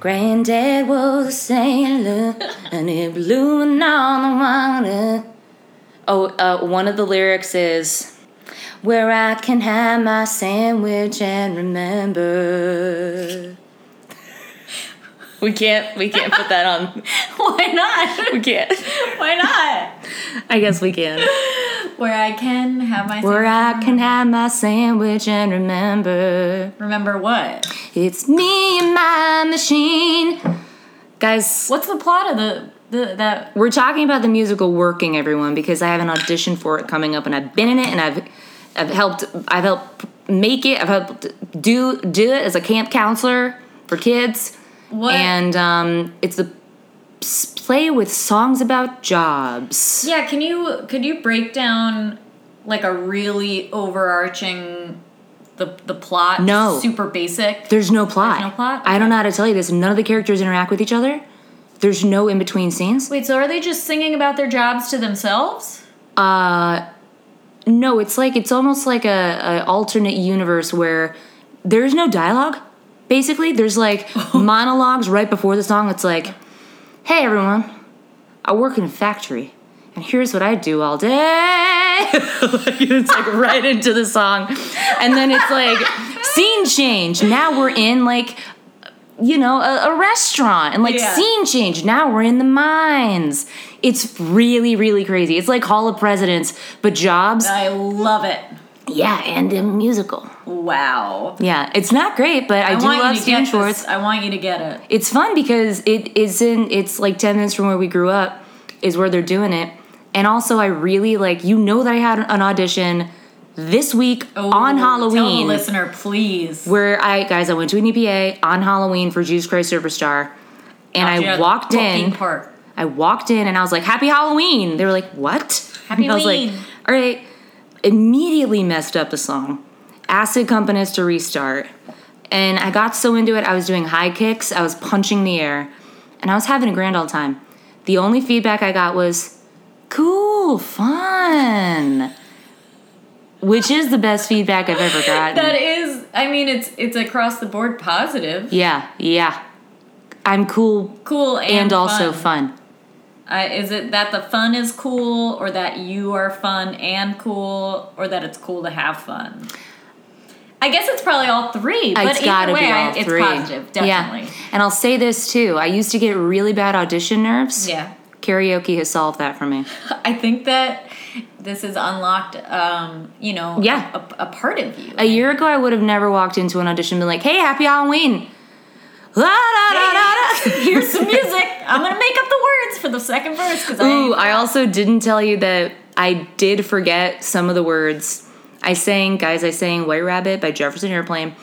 Granddad was a sailor and he blew in on the water. Oh, uh, one of the lyrics is where I can have my sandwich and remember. We can't. We can't put that on. Why not? We can't. Why not? I guess we can. Where I can have my Where I can have my sandwich and remember remember what? it's me and my machine. Guys, What's the plot of the the that? we're talking about the musical working everyone because i have an audition for it coming up and i've been in it and i've i've helped i've helped make it i've helped do do it as a camp counselor for kids What? and um it's the s- play with songs about jobs Yeah, can you could you break down like a really overarching the the plot? No. super basic. there's no plot There's no plot? i don't know how to tell you this none of the characters interact with each other there's no in between scenes Wait, so are they just singing about their jobs to themselves? No, it's like it's almost like a, a alternate universe where there's no dialogue. Basically, there's like monologues right before the song. It's like, "Hey everyone, I work in a factory, and here's what I do all day." Like, it's like right into the song, and then it's like scene change. Now we're in like you know a, a restaurant, and like Yeah. scene change. Now we're in the mines. It's really really crazy. It's like Hall of Presidents, but jobs. I love it. Yeah, and a musical. Wow. Yeah, it's not great, but I, I do want love you to get Stan this. Schwartz. I want you to get it. It's fun because it is in. It's like ten minutes from where we grew up, is where they're doing it. And also, I really like. You know that I had an audition this week on Ooh, Oh, Tell the Halloween, listener, please. where I guys I went to an EPA on Halloween for Jesus Christ Superstar, and I Yeah, walked fucking in. Park. I walked in and I was like, "Happy Halloween!" They were like, "What?" Happy And I was like, Halloween. "All right." Immediately messed up the song. Asked the accompanist to restart, and I got so into it, I was doing high kicks, I was punching the air, and I was having a grand old time. The only feedback I got was, "Cool, fun," which is the best feedback I've ever gotten. That is, I mean, it's it's across the board positive, yeah, yeah. I'm cool cool, and, and also fun. fun. I, is it that the fun is cool, or that you are fun and cool, or that it's cool to have fun? I guess it's probably all three, but it's either gotta way, be I- all it's three. positive, definitely. Yeah. And I'll say this too. I used to get really bad audition nerves. Yeah. Karaoke has solved that for me. I think that this has unlocked, um, you know, Yeah. a, a part of you. A year ago, I would have never walked into an audition and been like, "Hey, happy Halloween!" La da da da da. Here's some music. I'm gonna make up the words for the second verse because Ooh, I I also didn't tell you that I did forget some of the words. I sang, guys, I sang White Rabbit by Jefferson Airplane,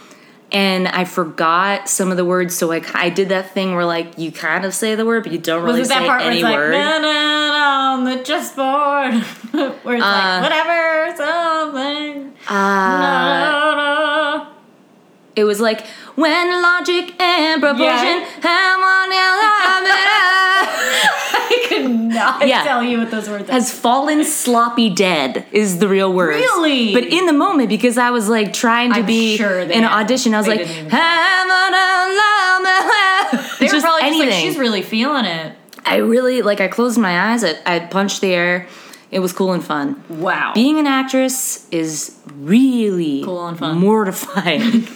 and I forgot some of the words. So like, I did that thing where like you kind of say the word, but you don't really was it say that part where any it's like word. na na na on the chessboard, where it's Uh, like whatever something. Ah. na, na. Uh, It was like when logic and proportion Yeah. have one element I could not Yeah. tell you what those words. are. has fallen sloppy dead is the real word. Really? But in the moment, because I was like trying to I'm be sure they in an didn't- audition, I was they like, didn't even- have an element. They were probably just like anything. she's really feeling it. I really like. I closed my eyes. I, I punched the air. It was cool and fun. Wow. Being an actress is really Cool and fun. mortifying.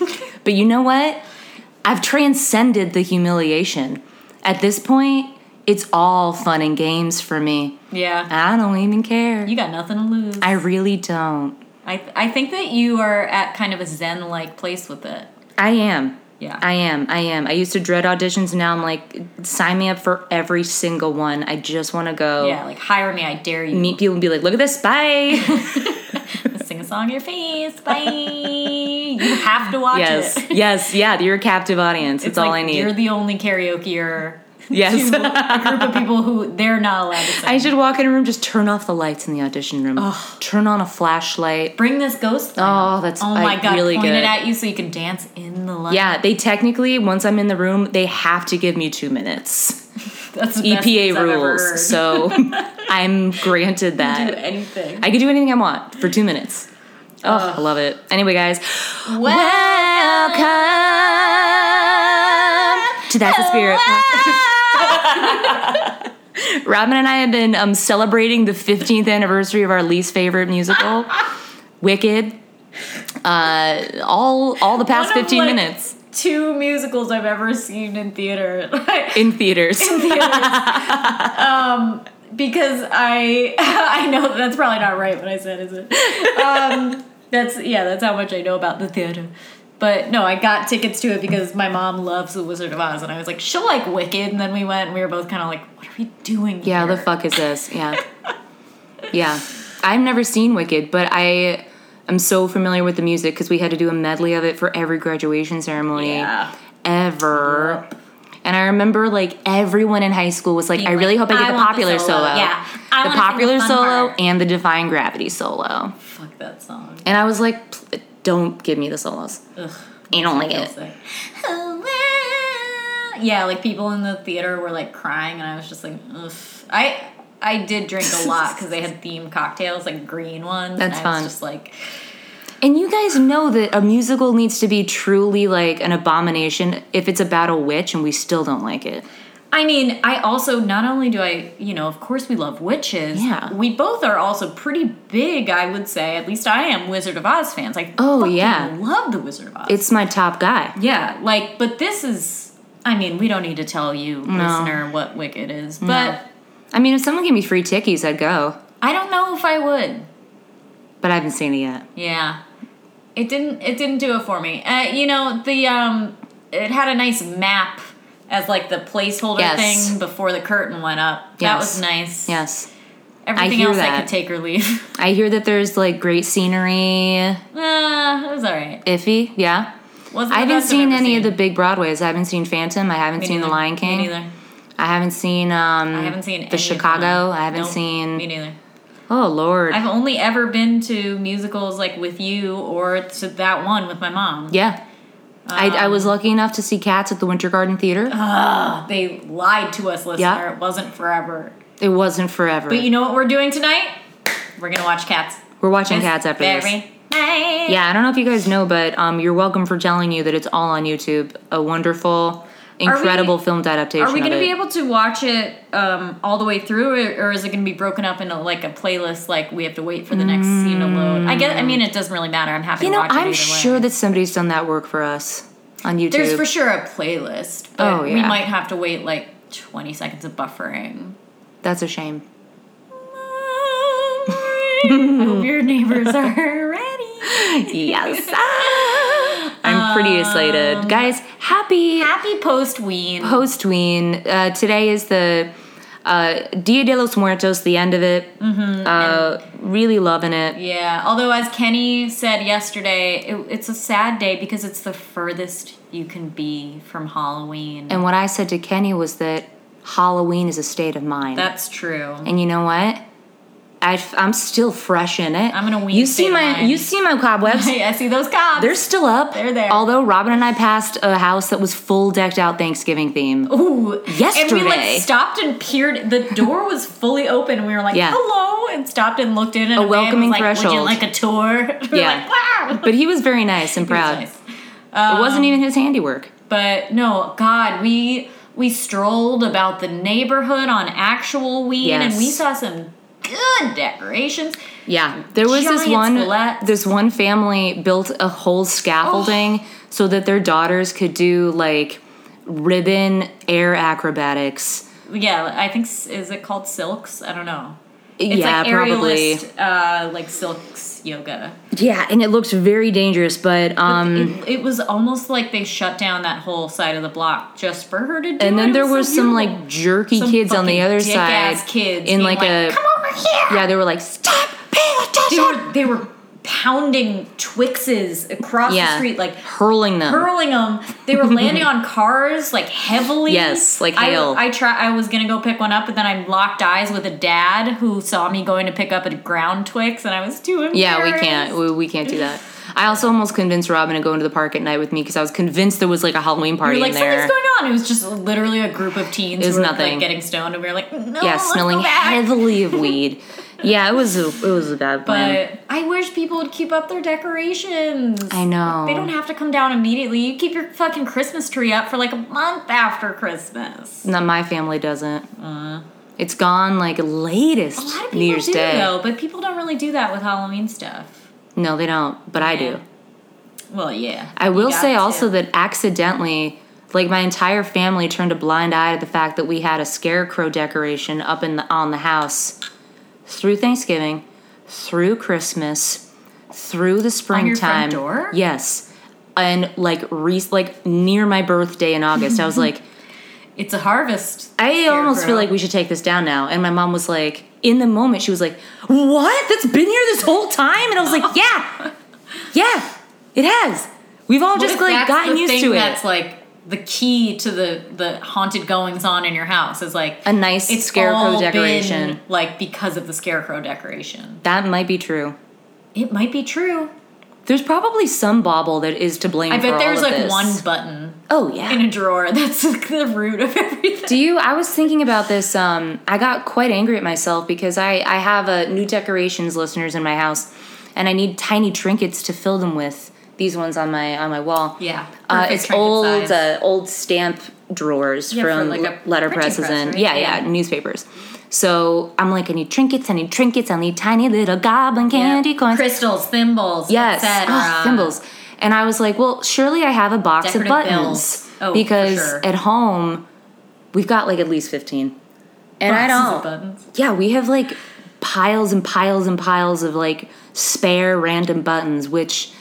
but you know what? I've transcended the humiliation. At this point, it's all fun and games for me. yeah. I don't even care. You got nothing to lose. Uh, I really don't. I I think that you are at kind of a zen like place with it. I am. Yeah. I am. I am. I used to dread auditions. Now I'm like, sign me up for every single one. I just want to go yeah, like hire me, I dare you. meet people and be like, look at this. Bye. Sing a song in your face. Bye. you have to watch yes. it. Yes. Yeah. You're a captive audience. That's all like I need. You're the only karaokeer. Yes. to a group of people who they're not allowed to sing. I should walk in a room, just turn off the lights in the audition room. Turn on a flashlight. Bring this ghost. Thing. Oh, that's Oh my like, god! really point good. it at you so you can dance in the light. yeah, they technically, once I'm in the room, they have to give me two minutes. that's the best things EPA I've ever heard. E rules. So I'm granted do that. anything. I can do anything I want for two minutes. Oh, I love it. Anyway, guys, Well, welcome to That's the Spirit. Ah! Robin and I have been um, celebrating the 15th anniversary of our least favorite musical, Wicked. Uh, all all the past One of, 15 like, minutes Two musicals I've ever seen in theater. Like, Um, in theaters. because I I know that's probably not right what I said, is it? Um, that's yeah, that's how much I know about the theater. But no, I got tickets to it because my mom loves The Wizard of Oz, and I was like, she'll like Wicked, and then we went, and we were both kind of like, what are we doing? Yeah, here? the fuck is this? Yeah. yeah. I've never seen Wicked, but I am so familiar with the music because we had to do a medley of it for every graduation ceremony Yeah. ever. And I remember like everyone in high school was like, I like, really hope I get "I the want the popular solo." solo. Yeah. the I wanna sing the popular fun solo part. and the Divine Gravity solo. Fuck that song. And I was like, "Pl- don't give me the solos. Ugh. I don't like feels it. like, "Oh, wow." Yeah, like people in the theater were like crying, and I was just like, ugh. I I did drink a lot because they had themed cocktails, like green ones. That's and I was fun. just like, And you guys know that a musical needs to be truly like an abomination if it's about a witch and we still don't like it. I mean, I also not only do I, you know, of course we love witches. Yeah. We both are also pretty big, I would say. At least I am Wizard of Oz fans. Like, Oh, fucking yeah. love the Wizard of Oz. It's my top guy. yeah, like, but this is. I mean, we don't need to tell you, listener, what Wicked is, but I mean, if someone gave me free tickies, I'd go. I don't know if I would. But I haven't seen it yet. Yeah, it didn't. It didn't do it for me. Uh, you know, the um, it had a nice map as like the placeholder Yes. thing before the curtain went up. That Yes. was nice. Yes. Everything hear else I that. could take or leave. I hear that there's like great scenery. Uh, it was alright. Iffy, yeah. Wasn't the I haven't best I've seen ever any of the big Broadways. I haven't seen Phantom. I haven't Me seen neither. The Lion Me King. neither. I haven't seen um I haven't seen any The of Chicago. them. I haven't Nope. seen Me neither. Oh Lord. I've only ever been to musicals like with you or to that one with my mom. yeah. I, I Um, was lucky enough to see Cats at the Winter Garden Theater. Uh-huh. They lied to us, listener. Yeah. It wasn't forever. it wasn't forever. But you know what we're doing tonight? We're gonna watch Cats. We're watching Cats after very this. Nice. Yeah, I don't know if you guys know, but um, you're welcome for telling you that it's all on YouTube. A wonderful, incredible film adaptation. Are we going to gonna be able to watch it um, all the way through, or, or is it gonna be broken up into like a playlist? Like we have to wait for the next scene to load. I guess. I mean, it doesn't really matter. I'm happy. You to know, watch it I'm either way. sure that somebody's done that work for us on YouTube. There's for sure a playlist, but Oh, we yeah. might have to wait like 20 seconds of buffering. That's a shame. I hope your neighbors are ready. Yes. I'm pretty Um, excited. Guys, happy Happy post ween. post-tween. Uh, today is the uh, Dia de los Muertos, the end of it. Mm-hmm. Uh, really loving it. yeah, although as Kenny said yesterday, it, it's a sad day because it's the furthest you can be from Halloween. And what I said to Kenny was that Halloween is a state of mind. That's true. And you know what? I, am still fresh in it. I'm in a weed You see state of my mind. you see my cobwebs. I see those cops. They're still up. They're there. Although Robin and I passed a house that was full decked out Thanksgiving theme. Ooh, And we Yesterday. like stopped and peered. The door was fully open. And we were like, Yeah. "Hello," and stopped and looked in. And A man was welcoming like, Would threshold. you like a tour? We were Yeah. like, wow. But he was very nice and It was proud. nice. Um, it wasn't even his handiwork. But no, God, we we strolled about the neighborhood on actual weed, and we Yes. saw some good decorations. Yeah. There was this Giant one slats. this one family built a whole scaffolding Oh. so that their daughters could do like ribbon air acrobatics. Yeah, I think s- is it called silks? I don't know. It's yeah, like probably. aerialist, uh, like silks yoga. Yeah, and it looked very dangerous, but um it, it was almost like they shut down that whole side of the block just for her to do. And it. then It there were was so some beautiful. like jerky Some kids on the fucking other side, dick-ass kids in being like, like, a "Come over here!" yeah. They were like, "Stop paying they attention!" were they were pounding Twixes across yeah, the street, like hurling them. hurling them. They were landing on cars like heavily. Yes, like I- hail. I, try. I was gonna go pick one up, but then I locked eyes with a dad who saw me going to pick up a ground Twix, and I was too embarrassed. yeah, we can't, we, we can't do that. I also almost convinced Robin to go into the park at night with me because I was convinced there was like a Halloween We party were like in there. something's going on. It was just literally a group of teens was who were nothing. like getting stoned, and we were like, no, yeah, let's smelling go back. heavily of weed. Yeah, it was a, it was a bad plan. But I wish people would keep up their decorations. I know. They don't have to come down immediately. You keep your fucking Christmas tree up for like a month after Christmas. Mm. no, my family doesn't. It's gone like latest A lot of people New Year's do Day. though, but people don't really do that with Halloween stuff. No, they don't. But I do. Well, yeah. I You will got say to. also that accidentally, like my entire family turned a blind eye to the fact that we had a scarecrow decoration up in the on the house through Thanksgiving, through Christmas, through the springtime. your front door? Yes, and like re- like near my birthday in August, I was like. it's a harvest. I almost feel scarecrow. like we should take this down now. And my mom was like, in the moment, she was like, What? That's been here this whole time? And I was like, Yeah, yeah, it has. We've all What just if like that's gotten the used thing to it. That's like the key to the the haunted goings on in your house is like A nice it's scarecrow all decoration. been, like because of the scarecrow decoration. That might be true. It might be true. There's probably some bauble that is to blame I for bet there's all of like this. one button Oh, yeah. in a drawer that's like the root of everything. Do you? I was thinking about this. Um, I got quite angry at myself because I, I have a new decorations listeners in my house, and I need tiny trinkets to fill them with these ones on my on my wall. Yeah, uh, perfect it's trinket old size. uh, old stamp drawers Yeah, for from like a le- letterpresses printing and press, right? yeah, yeah Yeah. newspapers. So I'm like, I need trinkets. I need trinkets. I need tiny little goblin candy coins. crystals, thimbles, Yes, etc. oh, thimbles. And I was like, well, surely I have a box um, Decorative of buttons bills. Oh, for because sure. at home we've got like at least fifteen, and I Boxes of don't. buttons. Yeah, we have like piles and piles and piles of like spare random buttons, which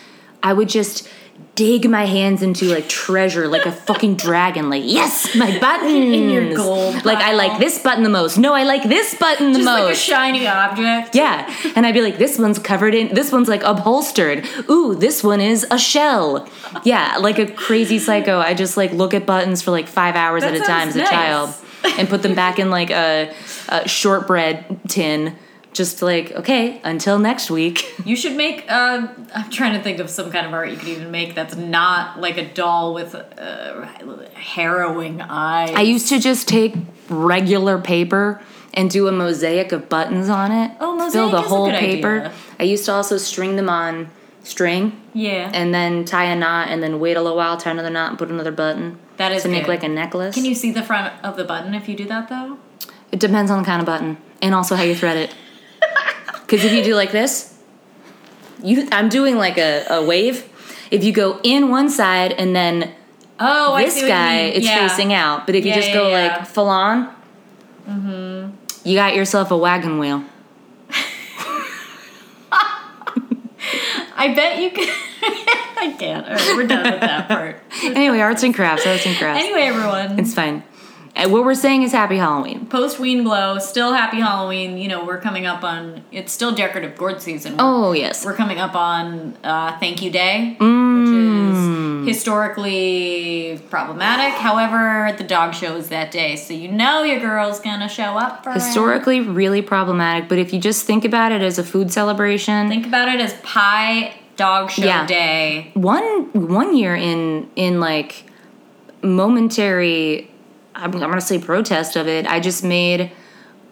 I would just dig my hands into like treasure, like a fucking dragon. Like yes, my buttons. your gold Like I like pile. this button the most. No, I like this button the Just most. like a shiny object. Yeah. And I'd be like, this one's covered in, this one's like upholstered. Ooh, this one is a shell. Yeah, like a crazy psycho. I just like look at buttons for like five hours That at a time as sounds a nice. child and put them back in like a, a shortbread tin. Just like, okay, until next week. You should make. Uh, I'm trying to think of some kind of art you could even make that's not like a doll with uh, harrowing eyes. I used to just take regular paper and do a mosaic of buttons on it. Oh, Fill mosaic the is a whole good paper. idea. I used to also string them on string yeah, and then tie a knot and then wait a little while, tie another knot, and put another button. that is to make good. like a necklace. Can you see the front of the button if you do that though? it depends on the kind of button and also how you thread it. Because if you do like this, you I'm doing like a, a wave. If you go in one side and then Oh, I this see what you guy, mean. it's Yeah. facing out. But if Yeah, you just yeah, go yeah. Mm-hmm. like full on, you got yourself a wagon wheel. I bet you can. I can't. All right, we're done with that part. Anyway, arts and crafts, arts and crafts. Anyway, everyone. It's fine. And what we're saying is happy Halloween. post Ween Glow, still happy Halloween. You know, we're coming up on it's still decorative gourd season. We're- Oh yes. We're coming up on uh, Thank You Day, Mm. which is historically problematic. However, the dog show is that day, so you know your girl's gonna show up for it. Historically really problematic, but if you just think about it as a food celebration, Think about it as Pie Dog Show Yeah. Day. one one year in in like momentary I'm, I'm gonna say protest of it i just made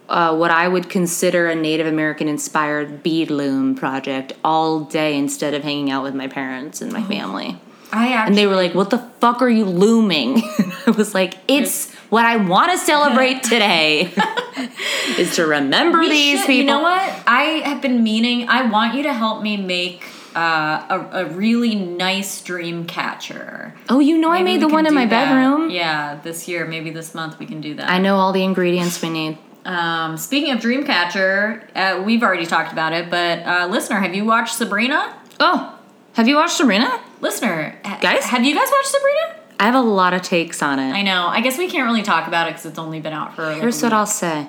uh, what i would consider a native american inspired beadloom project all day instead of hanging out with my parents Oh. and my family I and actually. they were like what the fuck are you looming i was like it's what i want to celebrate today is to remember We these should- people You know what? I have been meaning. I want you to help me make uh, a, a really nice dream catcher. oh you know i Maybe made we the can one in do my that. bedroom Yeah, this year, maybe this month we can do i that. know all the ingredients we need Um, speaking of Dreamcatcher, uh, we've already talked about it, but uh, listener, have you watched Sabrina? oh have you watched sabrina Listener, ha- Guys? have you guys watched Sabrina? I have a lot of takes on it. I know. I guess we can't really talk about it because it's only been out for. Like, Here's a what week. I'll say.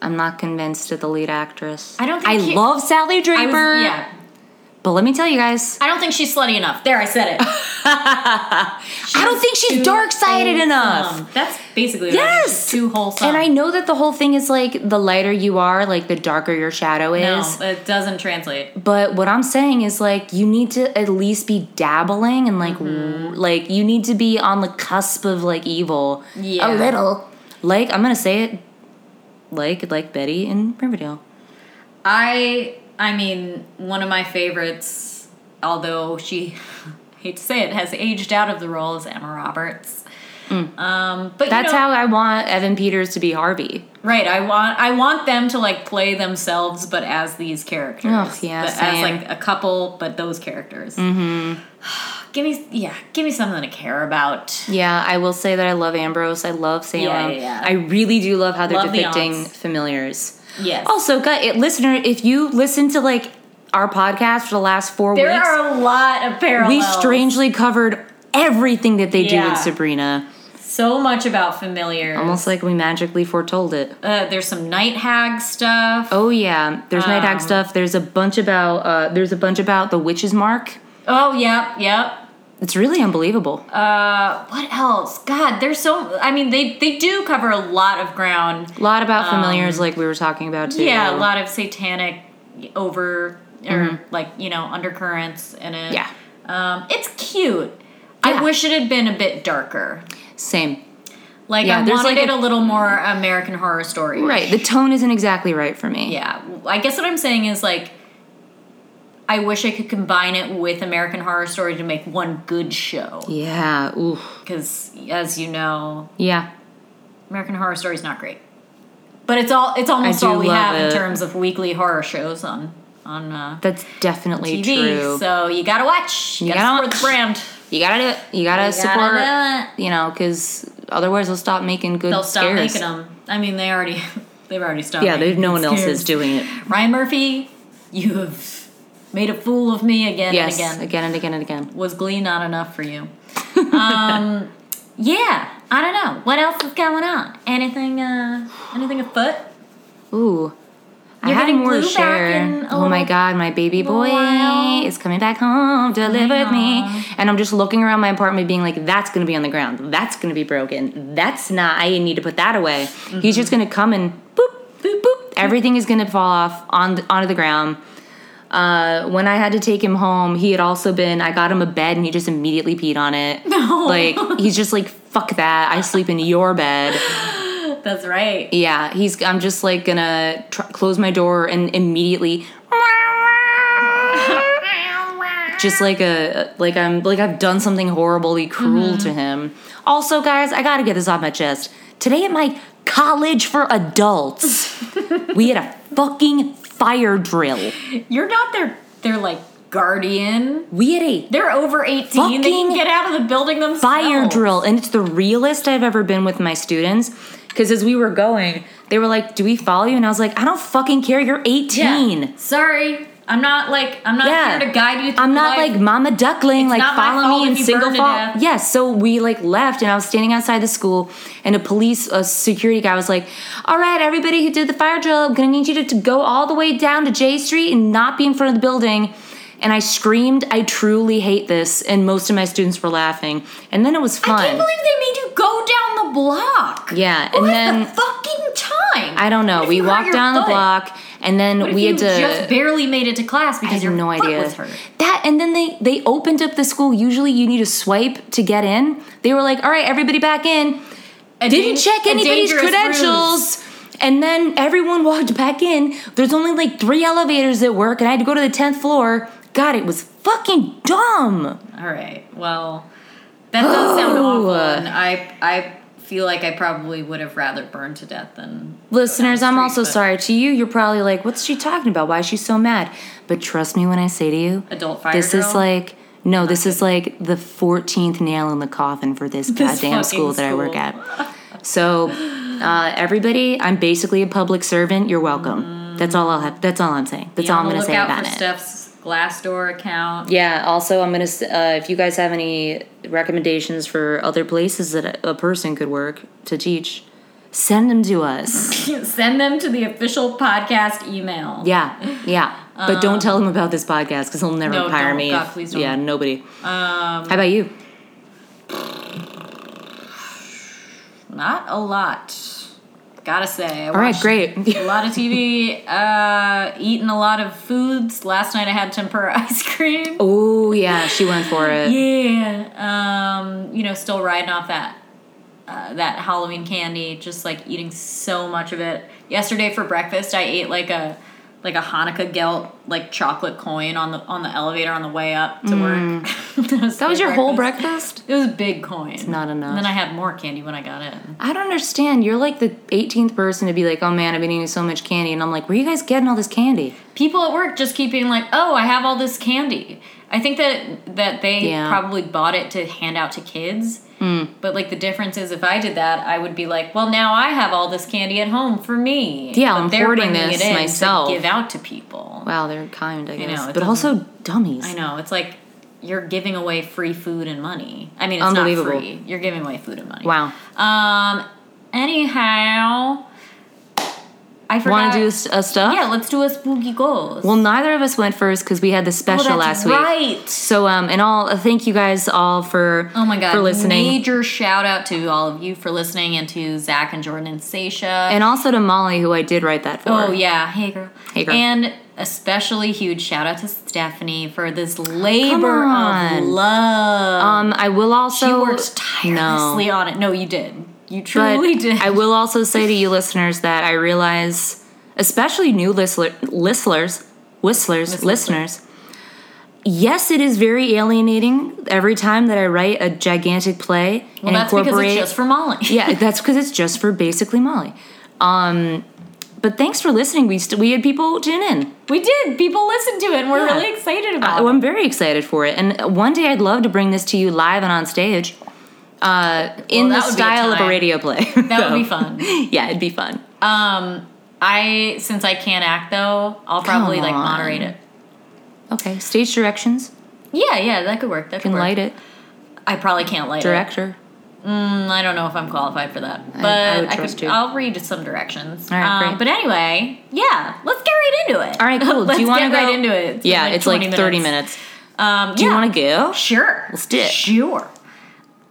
I'm not convinced of the lead actress. I don't think I he- love Sally I Draper. was, yeah, But let me tell you guys, I don't think she's slutty enough. There, I said it. I don't think she's Too dark-sided enough. wholesome. That's basically what It is. Yes. She's Too wholesome. And I know that the whole thing is like the lighter you are, like the darker your shadow no, is. it doesn't translate. But what I'm saying is like you need to at least be dabbling and like w- like you need to be on the cusp of like evil Yeah. a little. Like I'm going to say it like like Betty in Riverdale. I I mean, one of my favorites, although she I hate to say it, has aged out of the role is Emma Roberts. Um, but Mm. That's you know, how I want Evan Peters to be Harvey. Right, I want I want them to like play themselves, but as these characters. Ugh, yeah, But as same. like a couple, but those characters. Mm-hmm. give me, yeah, give me something to care about. Yeah, I will say that I love Ambrose. I love Salem. Yeah, yeah, yeah. I really do love how they're Love the depicting aunts. familiars. Yes, Also, gut it, listener, if you listen to like our podcast for the last four there weeks, are a lot of parallels. we strangely covered everything that they do Yeah. in Sabrina. so much about familiar. Almost like we magically foretold it. Uh, there's some night hag stuff. Oh, Oh yeah, there's night Um, hag stuff. There's a bunch about uh, there's a bunch about the witch's mark. Oh, yep, yep. It's really unbelievable. Uh, what else? God, there's so. I mean, they they do cover a lot of ground. a lot about familiars, like we were talking about too. Um, Yeah, a lot of satanic over or like you know undercurrents in it. Mm-hmm. Yeah. um, it's cute. I Yeah. wish it had been a bit darker. Same. Like Yeah, I there's wanted like it a- a little more American Horror Story. Right. The tone isn't exactly right for me. Yeah, I guess what I'm saying is like. I wish I could combine it with American Horror Story to make one good show. Yeah. Ooh. Because, as you know, Yeah. American Horror Story is not great, but it's all it's almost do all we love have in it. terms of weekly horror shows on on uh, That's definitely TV. true. So you gotta watch. You, You gotta, gotta support the brand. you gotta do it. You gotta You support. gotta do it. You know, because otherwise they'll stop making good. They'll stop scares. making them. I mean, they already they've already stopped. Yeah, there's making no good one else scares. is doing it. Ryan Murphy, you have made a fool of me again Yes, and again. again and again and again. Was Glee not enough for you? um, yeah, I don't know what else is going on. Anything? Uh, anything afoot? Ooh. I You're had getting more to glue back in share. a Oh my little- god, my baby little boy while. is coming back home. Deliver Aw. me. And I'm just looking around my apartment being like, that's gonna be on the ground. That's gonna be broken. That's not, I need to put that away. He's just Mm-hmm. gonna come and boop, boop, boop. Everything is gonna fall off on onto the ground. Uh, when I had to take him home, he had also been, I got him a bed and he just immediately peed on it. No. Like, he's just like, fuck that. I sleep in your bed. That's right. Yeah, he's. I'm just like gonna tr- close my door and immediately, just like a like I'm like I've done something horribly cruel to him. Also, guys, I gotta get this off my chest. Today at my college for adults, we had a fucking fire drill. You're not their their like guardian. We had a They're over eighteen. they can Fucking get out of the building themselves. fire drill and it's the realest i've ever been with my students because as we were going they were like do we follow you and i was like i don't fucking care you're 18 Yeah. Sorry, I'm not like I'm not Yeah. here to guide you. Through i'm not life. like mama duckling like not my fault follow me if in you single burn to file death. yes so we like left and i was standing outside the school and a police a security guy was like all right everybody who did the fire drill i'm gonna need you to, to go all the way down to j street and not be in front of the building and I screamed, I truly hate this. And most of my students were laughing. And then it was fun. I can't believe they made you go down the block. Yeah, Who and has then the fucking time. I don't know. What if We you hurt walked your down the foot? block, and then What if we you had to. just barely made it to class because I have your no foot idea. was hurt. That and then they they opened up the school. Usually, you need a swipe to get in. They were like, "All right, everybody back in." A Didn't dan- check a anybody's dangerous ruse. credentials. And then everyone walked back in. There's only like three elevators that work, and I had to go to the tenth floor. God, it was fucking dumb. All right. Well, that does sound awful, Oh. and I I feel like I probably would have rather burned to death than Listeners, I'm Street, also but- sorry to you. You're probably like, "What's she talking about? Why is she so mad?" But trust me when I say to you, adult fire. This is drill. like no, this is like the fourteenth nail in the coffin for this, This fucking goddamn school that I work school. at. So, uh, everybody, I'm basically a public servant. You're welcome. That's all I'll have. That's all I'm saying. That's Be all on I'm the gonna say lookout about for it. Steph's Glassdoor account. Yeah. Also, I'm gonna. s- Uh, if you guys have any recommendations for other places that a person could work to teach, send them to us. Send them to the official podcast email. yeah. Yeah. But don't tell them about this podcast because they'll never Um, No, hire don't. me. God, if- please don't. Yeah. Nobody. Um, How about you? not a lot. Gotta say. I All right. Great. A lot of TV. Uh, eating a lot of foods. Last night I had tempura ice cream. Oh yeah, she went for it. Yeah. Um, you know, still riding off that uh, that Halloween candy, just like eating so much of it. Yesterday for breakfast, I ate like a like a Hanukkah gelt like chocolate coin on the on the elevator on the way up to work. that was, Mm. That was my your whole breakfast? It was a big coin. It's not enough. And then I had more candy when I got in. I don't understand. You're like the 18th person to be like, oh man, I've been eating so much candy. And I'm like, where are you guys getting all this candy? People at work just keep being like, "Oh, I have all this candy." I think that that they Yeah. Mm. probably bought it to hand out to kids. But like the difference is, if I did that, I would be like, "Well, now I have all this candy at home for me." Yeah, But I'm they're hoarding bringing this it in myself. To give out to people. Wow, they're kind, I guess. it but also dummies. I know. It's like you're giving away free food and money. I mean, it's Unbelievable. not free. You're giving away food and money. Wow. Um. Anyhow, I forgot. Want to do a, s- a stuff? Yeah, let's do a spooky ghost. Well, neither of us went first because we had the oh, special that's last week. Right. So, um, and all, uh, thank you guys all for Oh my god! for listening, Major shout out to all of you for listening, and to Zach and Jordan and Sasha. and also to Molly who I did write that for. oh yeah, hey girl. Hey, girl. And especially huge shout out to Stephanie for this labor of on. love. Um, I will also you No. worked tirelessly on it. No, you did. You But truly did. I will also say to you listeners that I realize, especially new listener, listeners, whistlers, Whistlers. listeners, yes, it is very alienating every time that I write a gigantic play well, and that's because incorporate. it's just for Molly. yeah, that's because it's just for basically Molly. Um, but thanks for listening. We st- we had people tune in. We did. People listened to it, and we're Yeah. really excited about Oh, it. I'm very excited for it. And one day I'd love to bring this to you live and on stage, uh, in Well, the that would be a style of a time. radio play. That would be So, fun. Yeah, it'd be fun. Um, I since I can't act though, I'll probably like on. moderate it. Okay, stage directions. Yeah, yeah, that could work. That could can work. light it. I probably can't light it. Director. Mm, I don't know if I'm qualified for that, but I I, would trust could. you. I'll read some directions. All right, um, great. but anyway, yeah, let's get right into it. All right, cool. Do let's you wanna get go- right into it? It's been, yeah, it's like 20 thirty minutes. Um, Do yeah. you want to go? Sure. Let's do it. Sure.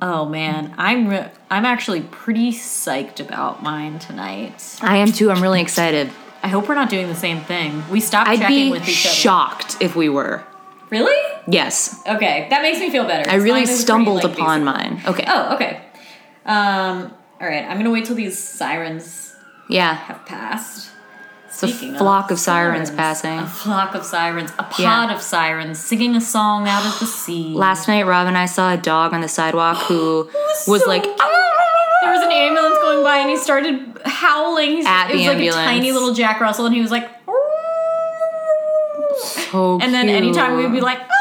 Oh man, I'm re- I'm actually pretty psyched about mine tonight. I am too. I'm really excited. I hope we're not doing the same thing. We stopped I'd checking be with each shocked if we were. other. Really? Yes, Okay, that makes me feel better. I really stumbled upon upon my. mine. Okay. Oh, okay. Um, all right, I'm gonna wait till these sirens Yeah, have passed. a Speaking flock of sirens passing. A flock of sirens, a pod Yeah. of sirens singing a song out of the sea. last night Rob and I saw a dog on the sidewalk who was, so like "Ah!" cute. There was an ambulance going by, and he started howling. He's, At it was the like a ambulance. tiny little Jack Russell, and he was like, so and then anytime we would be cute. like, "Oh, you're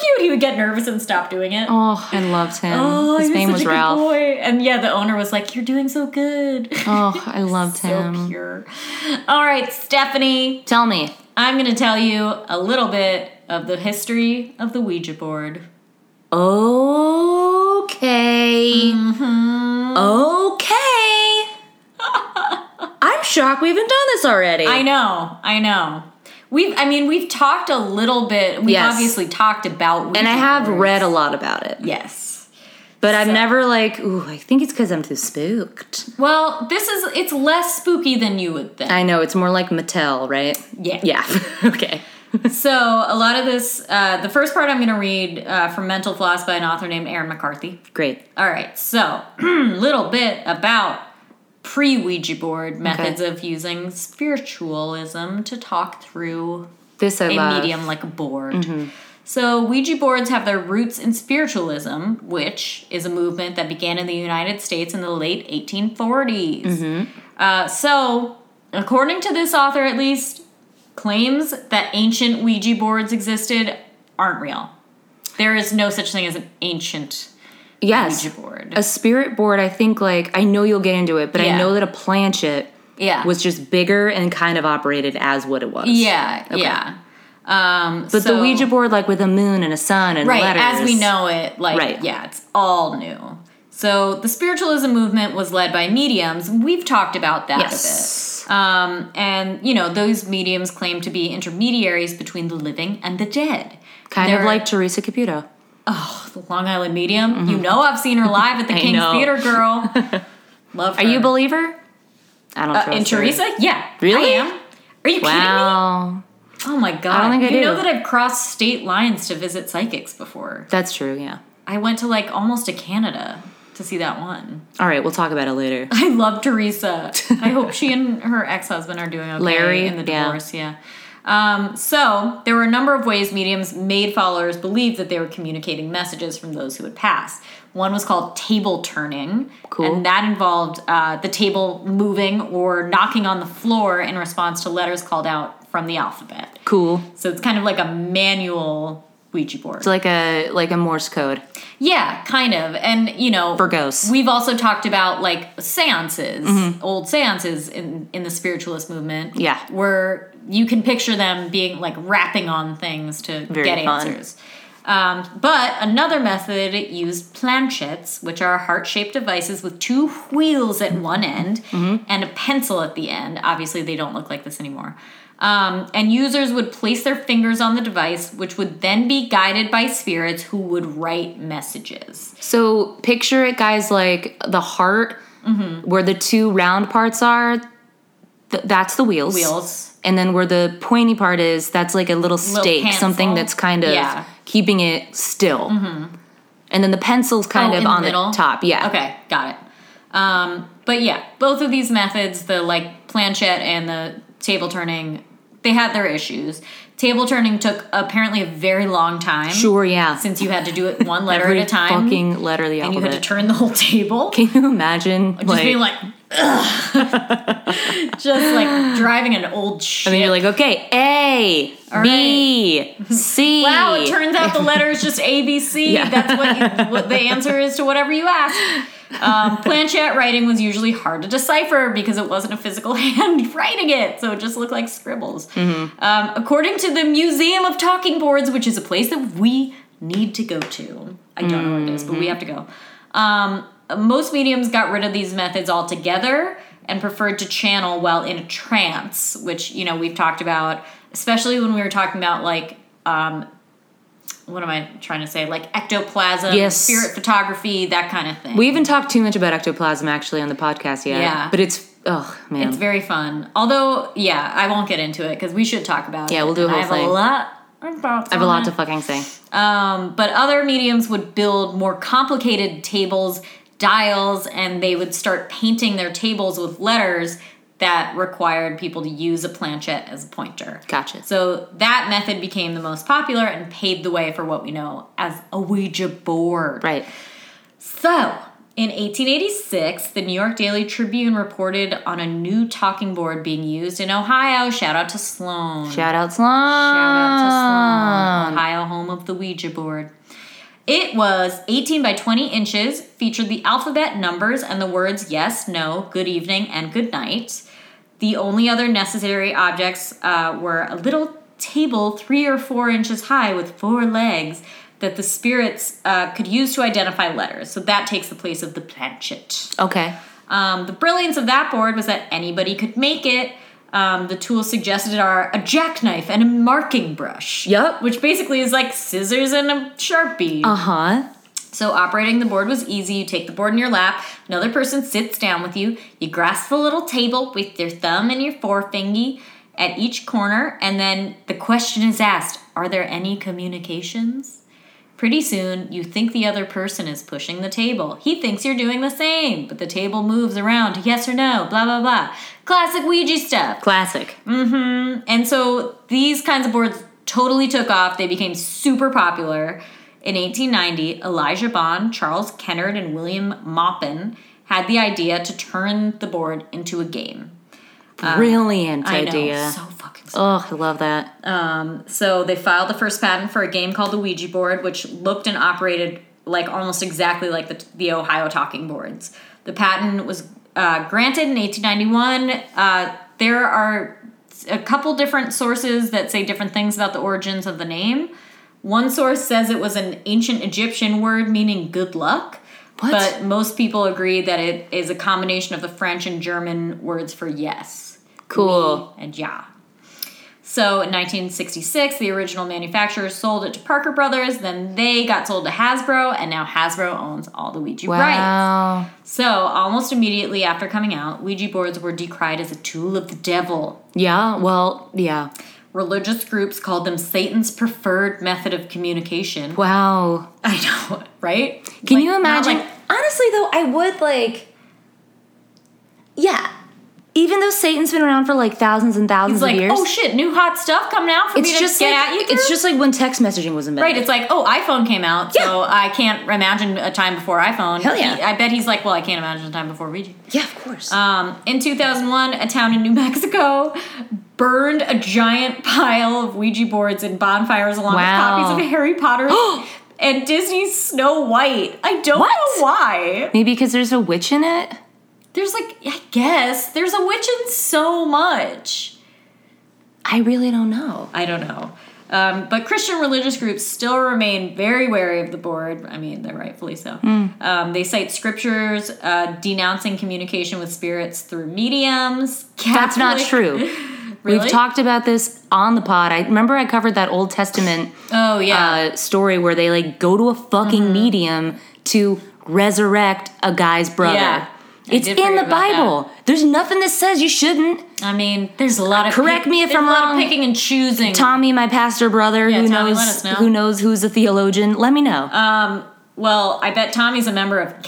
so cute," he would get nervous and stop doing it. oh, I loved him. Oh, His he name such was a good Ralph. boy. And yeah, the owner was like, "You're doing so good." Oh, I loved so him. pure. All right, Stephanie, Tell me, I'm going to tell you a little bit of the history of the Ouija board. Okay. Mm, Okay. I'm shocked we haven't done this already. I know, I know. We've, I mean, we've talked a little bit. We've Yes. obviously talked about, Ouija and I have boards. read a lot about it, Yes. but I've So- never like. Ooh, I think it's because I'm too spooked. Well, this is it's less spooky than you would think. I know it's more like Mattel, right? Yeah. Uh, Yeah. okay. So a lot of this, uh, the first part I'm going to read uh, from Mental Floss by an author named Aaron McCarthy. Great. All right, so little bit about pre Ouija board methods of using spiritualism to talk through This uh, I a love. Mm-hmm. medium like a board. So, Ouija boards have their roots in spiritualism, which is a movement that began in the United States in the late 1840s. Mm-hmm. Uh, so, according to this author, at least, claims that ancient Ouija boards existed aren't real. There is no such thing as an ancient Yes. Ouija board. A spirit board. I think like I know you'll get into it, but I Yeah. know that a planchet yeah. was just bigger and kind of operated as what it was. Yeah, yeah. Um, But the Ouija board, like with a moon and a sun and right letters, as we know it, like Right. yeah, it's all new. So the spiritualism movement was led by mediums. We've talked about that Yes. a bit. Um, and you know those mediums claim to be intermediaries between the living and the dead. kind of They're- like Teresa Caputo. oh, the Long Island medium. You know I've seen her live at the Mm-hmm. I King's know. Theater, girl. Love. Her. Are you a believer? I don't uh, trust in her. Teresa? Yeah, Really? I am. Are you kidding me? Wow, Oh my god! don't think I you do. know that I've crossed state lines to visit psychics before. that's true. Yeah. I went to like almost to Canada to see that one. All right, we'll talk about it later. I love Teresa. I hope she and her ex husband are doing okay Larry, in the yeah. divorce. Yeah. Um, so there were a number of ways mediums made followers believe that they were communicating messages from those who had passed. One was called table turning, Cool. and that involved uh, the table moving or knocking on the floor in response to letters called out from the alphabet. Cool. So it's kind of like a manual Ouija board. It's like a like a Morse code. Yeah, kind of. And, you know, For ghosts. Mm-hmm. We've also talked about like seances, old seances in, in the spiritualist movement. Yeah. Where you can picture them being like rapping on things to Very get fun. answers. Um, but another method used planchets, which are heart shaped devices with two wheels at one end Mm-hmm. and a pencil at the end. Obviously, they don't look like this anymore. Um, and users would place their fingers on the device, which would then be guided by spirits who would write messages. So picture it, guys, like the heart Mm-hmm. where the two round parts are. Th- that's the wheels. Wheels. And then where the pointy part is, that's like a little stake, something pencil. that's kind of Yeah. Mm-hmm. keeping it still. And then the pencil's kind Oh, of in the on the, middle? top. Yeah. Okay, got it. Um, but yeah, both of these methods, the like planchette and the table turning, they had their issues. Table turning took apparently a very long time. Sure, yeah. Since you had to do it one letter Every at a time. fucking letter of the and you alphabet. had to turn the whole table. Can you imagine? just being like, ugh. just like driving an old ship. I mean, you're like, okay, A, All B, C. Wow, it turns out the letter is just ABC. Yeah. That's what, you, what the answer is to whatever you ask. Um, planchette writing was usually hard to decipher because it wasn't a physical hand writing it, so it just looked like scribbles. Um, according to the Museum of Talking Boards, which is a place that we need to go to, I don't know where it is, but Mm-hmm. we have to go. Um, most mediums got rid of these methods altogether and preferred to channel while in a trance, which you know we've talked about, especially when we were talking about like um, what am I trying to say? Like ectoplasm, Yes. spirit photography, that kind of thing. We haven't talked too much about ectoplasm actually on the podcast yet. Yeah. But it's, oh, man. it's very fun. Although, yeah, I won't get into it because we should talk about it. Yeah, we'll do a And whole I have thing. a lot. of thoughts I have a on lot it. to fucking say. Um, but other mediums would build more complicated tables, dials, and they would start painting their tables with letters that required people to use a planchette as a pointer. Gotcha. So that method became the most popular and paved the way for what we know as a Ouija board. Right. So, in 1886, the New York Daily Tribune reported on a new talking board being used in Ohio. Shout out to Sloan. Shout out Sloan. Shout out to Sloan, Ohio, home of the Ouija board. It was 18 by 20 inches, featured the alphabet numbers and the words yes, no, good evening, and good night. The only other necessary objects uh, were a little table three or four inches high with four legs that the spirits uh, could use to identify letters. So that takes the place of the planchet. Okay. Um, the brilliance of that board was that anybody could make it. Um, the tools suggested are a jackknife and a marking brush. Yup. Which basically is like scissors and a sharpie. Uh huh. So operating the board was easy. You take the board in your lap, another person sits down with you, you grasp the little table with your thumb and your forefinger at each corner, and then the question is asked, are there any communications? Pretty soon, you think the other person is pushing the table. He thinks you're doing the same, but the table moves around to yes or no, blah, blah, blah. Classic Ouija stuff. Classic. And so these kinds of boards totally took off. They became super popular. In 1890, Elijah Bond, Charles Kennard, and William Maupin had the idea to turn the board into a game. Brilliant Um, I know, idea. so fucking. smart. Oh, I love that. So they filed the first patent for a game called the Ouija board, which looked and operated like almost exactly like the, the Ohio talking boards. The patent was uh, granted in 1891. Uh, there are a couple different sources that say different things about the origins of the name. One source says it was an ancient Egyptian word meaning good luck. What? But most people agree that it is a combination of the French and German words for yes. Cool. "oui" and ja. So in 1966, the original manufacturer sold it to Parker Brothers, then they got sold to Hasbro, and now Hasbro owns all the Ouija rights. Wow. So almost immediately after coming out, Ouija boards were decried as a tool of the devil. Yeah. Well. Yeah. Religious groups called them Satan's preferred method of communication. Wow. I know, right? Can Like, you not imagine? like- Honestly, though, I would like. Yeah. even though Satan's been around for like thousands and thousands It's like, of years, oh shit, new hot stuff coming out for me it's to just get like at you. it's through? just like when text messaging was invented. right. It's like, oh, iPhone came out, so I can't imagine a time before iPhone. Hell yeah. He- I bet he's like, well, I can't imagine a time before Ouija. yeah, of course. Um, in 2001, a town in New Mexico burned a giant pile of Ouija boards and bonfires along Wow. with copies of Harry Potter and Disney's Snow White. I don't What? know why. Maybe because there's a witch in it. There's like, I guess, there's a witch in so much. I really don't know. I don't know. Um, but Christian religious groups still remain very wary of the board. I mean, they're rightfully so. Hmm. Um, they cite scriptures uh, denouncing communication with spirits through mediums. That's not Catholic- true. Really? We've talked about this on the pod. I remember I covered that Old Testament Oh yeah. uh, story where they like go to a fucking Mm-hmm. medium to resurrect a guy's brother. Yeah. I It's did in forget the about that. Bible. There's nothing that says you shouldn't. I mean, there's a lot of Correct me if there's I'm a lot wrong. Of picking and choosing. Tommy, my pastor brother, who Tommy, knows let us know. who knows who's a theologian, let me know. Um, well, I bet Tommy's a member of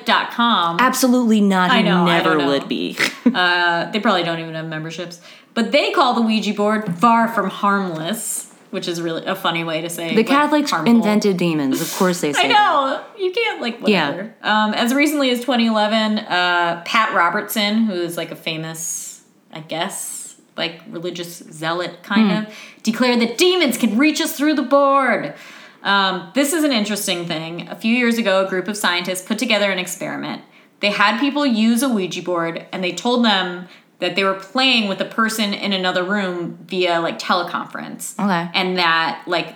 Catholic.com. Absolutely not. I He know, I never don't know. would be. Uh, they probably don't even have memberships, but they call the Ouija board far from harmless, which is really a funny way to say the like, Catholics harmful. invented demons. Of course they say I know you can't like whatever. Um, as recently as 2011, uh, Pat Robertson, who is like a famous, I guess, like religious zealot kind of, declared that demons can reach us through the board. Um, this is an interesting thing. A few years ago, a group of scientists put together an experiment. They had people use a Ouija board, and they told them that they were playing with a person in another room via like teleconference Okay. and that like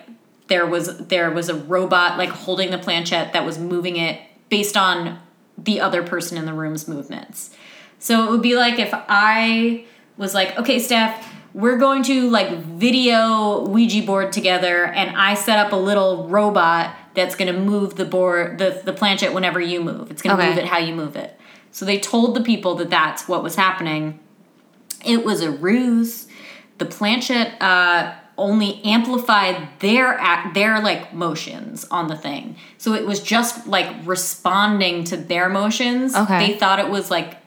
there was there was a robot like holding the planchette that was moving it based on the other person in the room's movements. So it would be like if I was like, okay, Steph, we're going to like video Ouija board together, and I set up a little robot that's going to move the board, the, the planchette whenever you move. It's going to Okay. move it how you move it. So they told the people that that's what was happening. It was a ruse. The planchette uh, only amplified their act, their like motions on the thing. So it was just like responding to their motions. Okay. They thought it was like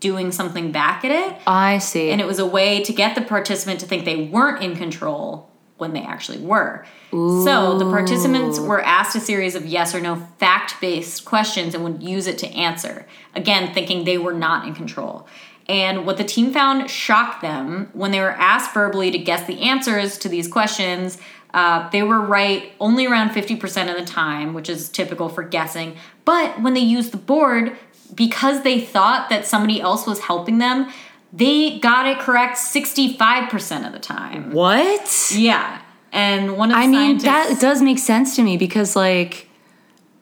doing something back at it, I see. and it was a way to get the participant to think they weren't in control when they actually were. So the participants were asked a series of yes or no fact based questions and would use it to answer, again, thinking they were not in control. And what the team found shocked them when they were asked verbally to guess the answers to these questions. Uh, they were right only around 50% of the time, which is typical for guessing. But when they used the board, because they thought that somebody else was helping them, they got it correct 65% of the time. what? Yeah. And one of the I mean, scientists, that does make sense to me because, like,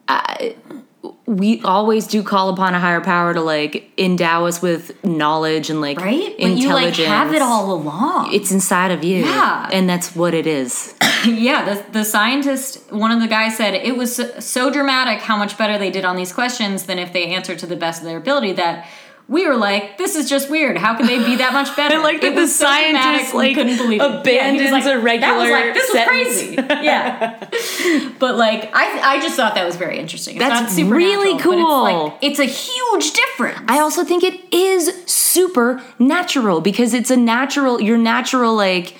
I, we always do call upon a higher power to like endow us with knowledge and like right? But you like intelligence. have it all along. It's inside of you, Yeah. and that's what it is. yeah, the, the scientist, one of the guys said it was so, so dramatic how much better they did on these questions than if they answered to the best of their ability that we were like, this is just weird. How could they be that much better? like that It the was so dramatic, scientist, we like, couldn't believe it. Yeah, he was abandons like, a That was like regular this sentence." was crazy. Yeah, but like I, I just thought that was very interesting. It's That's not supernatural, really but cool. It's, like, it's a huge difference. I also think it is super natural because it's a natural, your natural, like,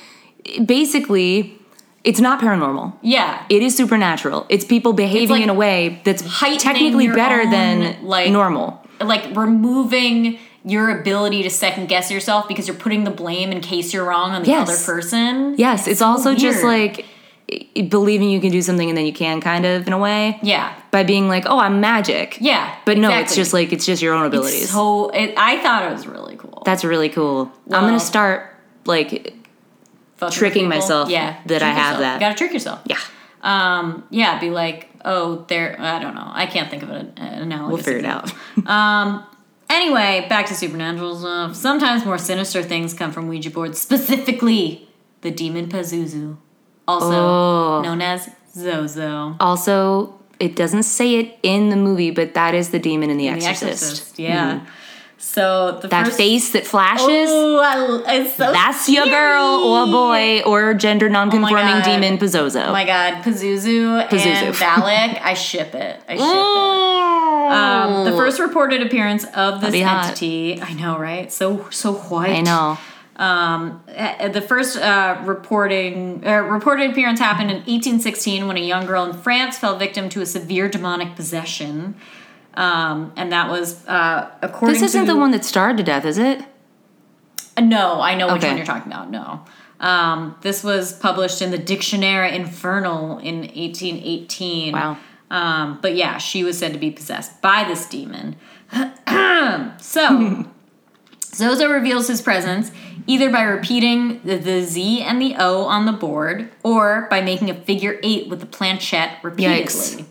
basically, it's not paranormal. yeah, It is supernatural. It's people behaving like in a way that's heightening technically your better own, than like- normal. like removing your ability to second guess yourself because you're putting the blame in case you're wrong on the Yes. other person. Yes, it's, so also just weird. like i- believing you can do something and then you can, kind of in a way, Yeah. by being like, "Oh, I'm magic." Yeah. but no, it's exactly. just like it's just your own abilities. so it, I thought it was really cool. That's really cool. I'm Wow. gonna start like Fucking with tricking people. myself Yeah. that I Trick have yourself. that. You gotta trick yourself. yeah, Um, yeah, be like, oh, there I don't know. I can't think of an, an analogy. we'll figure it out. Um anyway, back to supernatural stuff. Sometimes more sinister things come from Ouija boards, specifically the demon Pazuzu, also Oh. known as Zozo. also, it doesn't say it in the movie, but that is the demon in The Exorcist. Mm-hmm. The Exorcist, yeah. So the That first Oh, face that flashes. Ooh, I, it's so That's your girl or scary. boy or gender nonconforming Oh God. demon Pizzozo. Oh my god, Pazuzu, Pazuzu. and Valak. I ship it. I ship it. Mm. Um, the first reported appearance of this be hot. entity. I know, right? So so white. I know. Um, uh, the first uh, reporting uh, reported appearance happened in 1816 when a young girl in France fell victim to a severe demonic possession, um, and that was uh, according. This isn't to, the one that starved to death, is it? Uh, No, I know which Okay. one you're talking about. No. Um, this was published in the Dictionnaire Infernal in 1818. Wow. Um, but yeah, she was said to be possessed by this demon. so, Zozo reveals his presence either by repeating the, the Z and the O on the board or by making a figure eight with the planchette repeatedly. Yikes.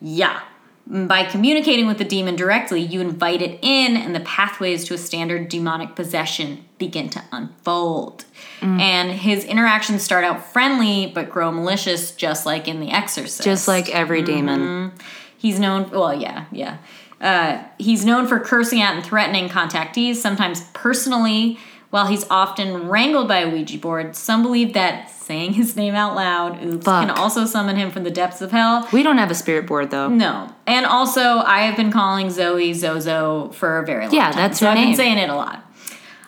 Yeah. By communicating with the demon directly, you invite it in, and the pathways to a standard demonic possession begin to unfold. Mm. And his interactions start out friendly but grow malicious, just like in The Exorcist. Just like every Mm-hmm. demon. He's known, well, yeah, yeah. Uh, he's known for cursing at and threatening contactees, sometimes personally. While he's often wrangled by a Ouija board, some believe that saying his name out loud oops, Fuck. can also summon him from the depths of hell. We don't have a spirit board though. No. And also, I have been calling Zoe Zozo for a very long Yeah, time. that's so her I've name. been saying it a lot.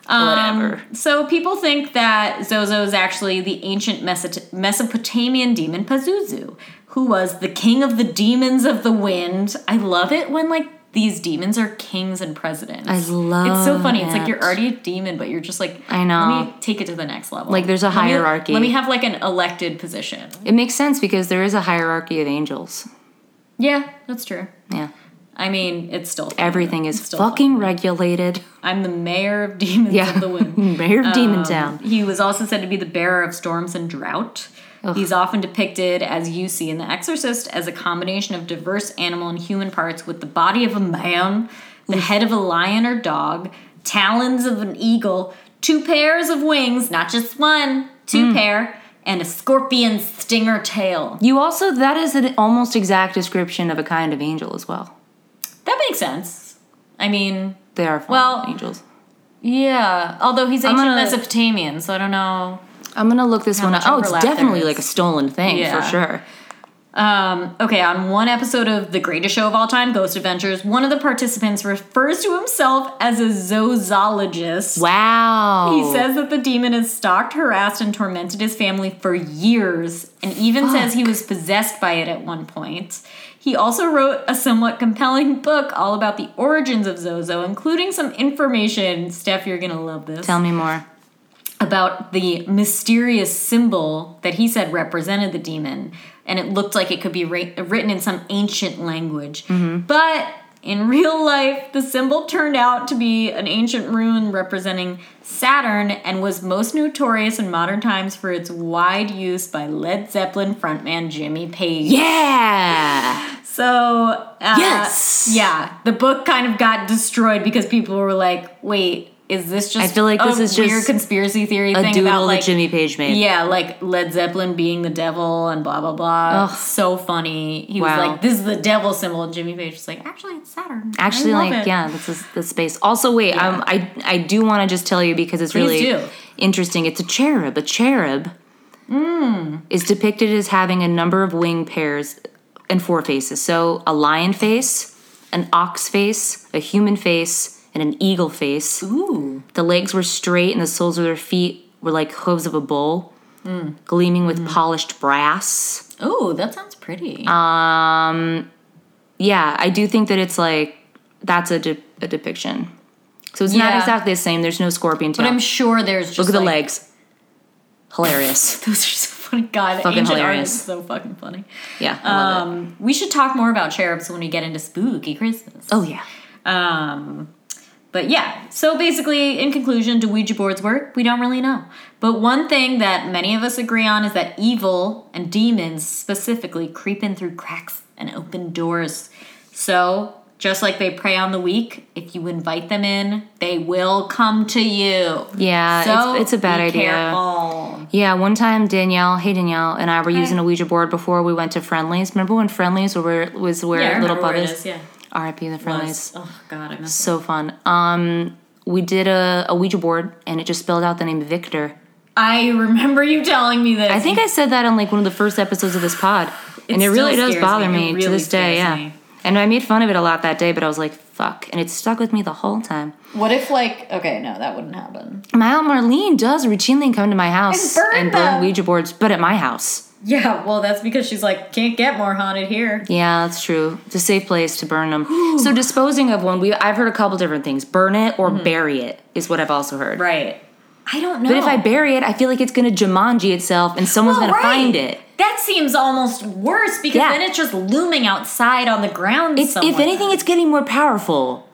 Um, Whatever. So people think that Zozo is actually the ancient Mesot- Mesopotamian demon Pazuzu, who was the king of the demons of the wind. I love it when like these demons are kings and presidents. I It's so love funny. It's like you're it. already a demon, but you're just like I know. Let me take it to the next level. Like, there's a Let me- hierarchy. let me have like an elected position. It makes sense because there is a hierarchy of angels. Yeah, that's true. Yeah. I mean, it's still fun. Everything It's is still fun. fucking regulated. I'm the mayor of demons Yeah. of the wind. Mayor of Demon Um, Town. He was also said to be the bearer of storms and drought. He's often depicted as you see in The Exorcist as a combination of diverse animal and human parts with the body of a man, the head of a lion or dog, talons of an eagle, two pairs of wings, not just one, Hmm. two pair, and a scorpion stinger tail. You also, that is an almost exact description of a kind of angel as well. That makes sense. I mean, They are fallen Well- angels. yeah, although he's ancient gonna- Mesopotamian, so I don't know. I'm gonna look this one up. much Oh, it's overlap there definitely is. like a stolen thing Yeah. for sure. Um, okay, on one episode of the greatest show of all time, Ghost Adventures, one of the participants refers to himself as a zoologist. Wow. He says that the demon has stalked, harassed, and tormented his family for years, and even says he was possessed by it at one point. He also wrote a somewhat compelling book all about the origins of Zozo, including some information. Steph, you're gonna love this Tell me more. about the mysterious symbol that he said represented the demon, and it looked like it could be ri- written in some ancient language. Mm-hmm. But in real life, the symbol turned out to be an ancient rune representing Saturn and was most notorious in modern times for its wide use by Led Zeppelin frontman Jimmy Page. Yeah. So, uh, Yes! yeah, the book kind of got destroyed because people were like, "Wait, is this just? I feel like a this is weird just conspiracy theory A thing doodle about like that Jimmy Page made. yeah, like Led Zeppelin being the devil and blah blah blah. Ugh. So funny. He Wow. was like, "This is the devil symbol," and Jimmy Page was like, "Actually, it's Saturn." I Actually, love like it." yeah, this is the space. Also, wait, um, I I do want to just tell you because it's really do. interesting. It's a cherub. A cherub Hmm. is depicted as having a number of wing pairs and four faces. So a lion face, an ox face, a human face, and an eagle face. Ooh, The legs were straight, and the soles of their feet were like hooves of a bull, Hmm. gleaming with polished brass. ooh, that sounds pretty. Uh, yeah, I do think that it's like that's a, de- a depiction. So it's not Yeah. exactly the same. There's no scorpion tail. but I'm sure there's just Look at the like, legs. Hilarious. Those are so funny. God, Fucking ancient art hilarious. is so fucking funny. Yeah, I love it. Um, we should talk more about cherubs when we get into spooky Christmas. Oh yeah. Um, but yeah, so basically, in conclusion, do Ouija boards work? We don't really know. But one thing that many of us agree on is that evil and demons specifically creep in through cracks and open doors. So, just like they prey on the weak, if you invite them in, they will come to you. Yeah, So it's, it's a bad be idea. Careful. Yeah, one time Danielle, hey Danielle, and I were using a Ouija board before we went to Friendlies. Remember when Friendlies were, was where Yeah, I little remember where it puppies? is, yeah. R.I.P. the friendlies. Oh God, I miss. So fun. Um, we did a, a Ouija board, and it just spelled out the name Victor. I remember you telling me this. I think I said that on like one of the first episodes of this pod, and It it really still does scares bother me. me, It to really this day. scares Yeah, me. and I made fun of it a lot that day, but I was like, "Fuck!" and it stuck with me the whole time. What if like okay, no, that wouldn't happen. My aunt Marlene does routinely come to my house And burn them. Ouija boards, but at my house. Yeah, well, that's because she's like can't get more haunted here. Yeah, that's true. It's a safe place to burn them. so disposing of one, we I've heard a couple different things: burn it or bury it is what I've also heard. Mm-hmm. Right. Oh. I don't know. But if I bury it, I feel like it's going to Jumanji itself, and someone's going to find it. That seems almost worse because Yeah. then it's just looming outside on the ground. It's, if somewhere. anything, it's getting more powerful.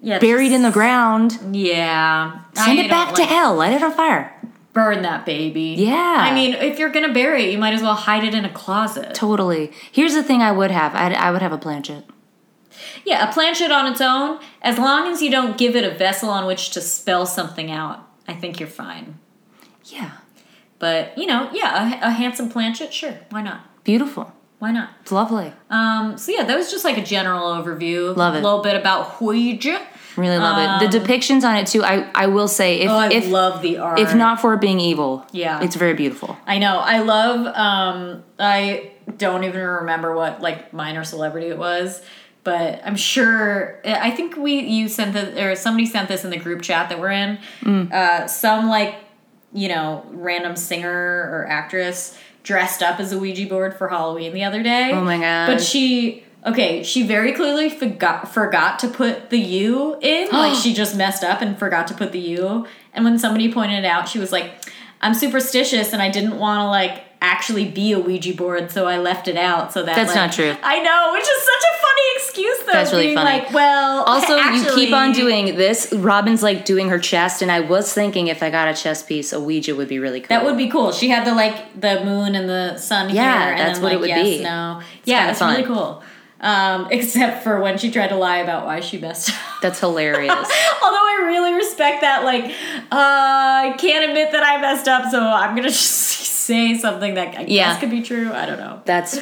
yeah, Buried in the ground. just- Yeah. Send I it back don't to like- hell. Light it on fire. Burn that baby. Yeah. I mean, if you're gonna bury it, you might as well hide it in a closet. Totally. Here's the thing I would have. I'd, I would have a planchet. yeah, a planchet on its own. As long as you don't give it a vessel on which to spell something out, I think you're fine. Yeah. But you know, yeah, a, a handsome planchet, sure. Why not? Beautiful. Why not? It's lovely. Um, so yeah, that was just like a general overview. Love it. A little bit about Ouija. Really love it. The depictions on it too. I, I will say if Um, Oh, I if love the art. if not for it being evil, Yeah. it's very beautiful. I know. I love. Um, I don't even remember what like minor celebrity it was, but I'm sure. I think we you sent the or somebody sent this in the group chat that we're in. Mm. Uh, some like you know random singer or actress dressed up as a Ouija board for Halloween the other day. Oh my God. But she. Okay, she very clearly forgot forgot to put the U in. like she just messed up and forgot to put the U. And when somebody pointed it out, she was like, "I'm superstitious and I didn't want to like actually be a Ouija board, so I left it out." So that That's like- not true. I know, which is such a funny excuse though. That's really being funny. Like, well, Also, you keep on actually- doing this. Robin's like doing her chest, and I was thinking if I got a chess piece, a Ouija would be really cool. That would be cool. She had the like the moon and the sun Yeah, here, and that's then, what it like, would yes, be. No, yeah, kinda it's fun. really cool. Um, except for when she tried to lie about why she messed up. That's hilarious. Although I really respect that, like, uh, I can't admit that I messed up, so I'm gonna just say something that I Yeah. guess could be true. I don't know. That's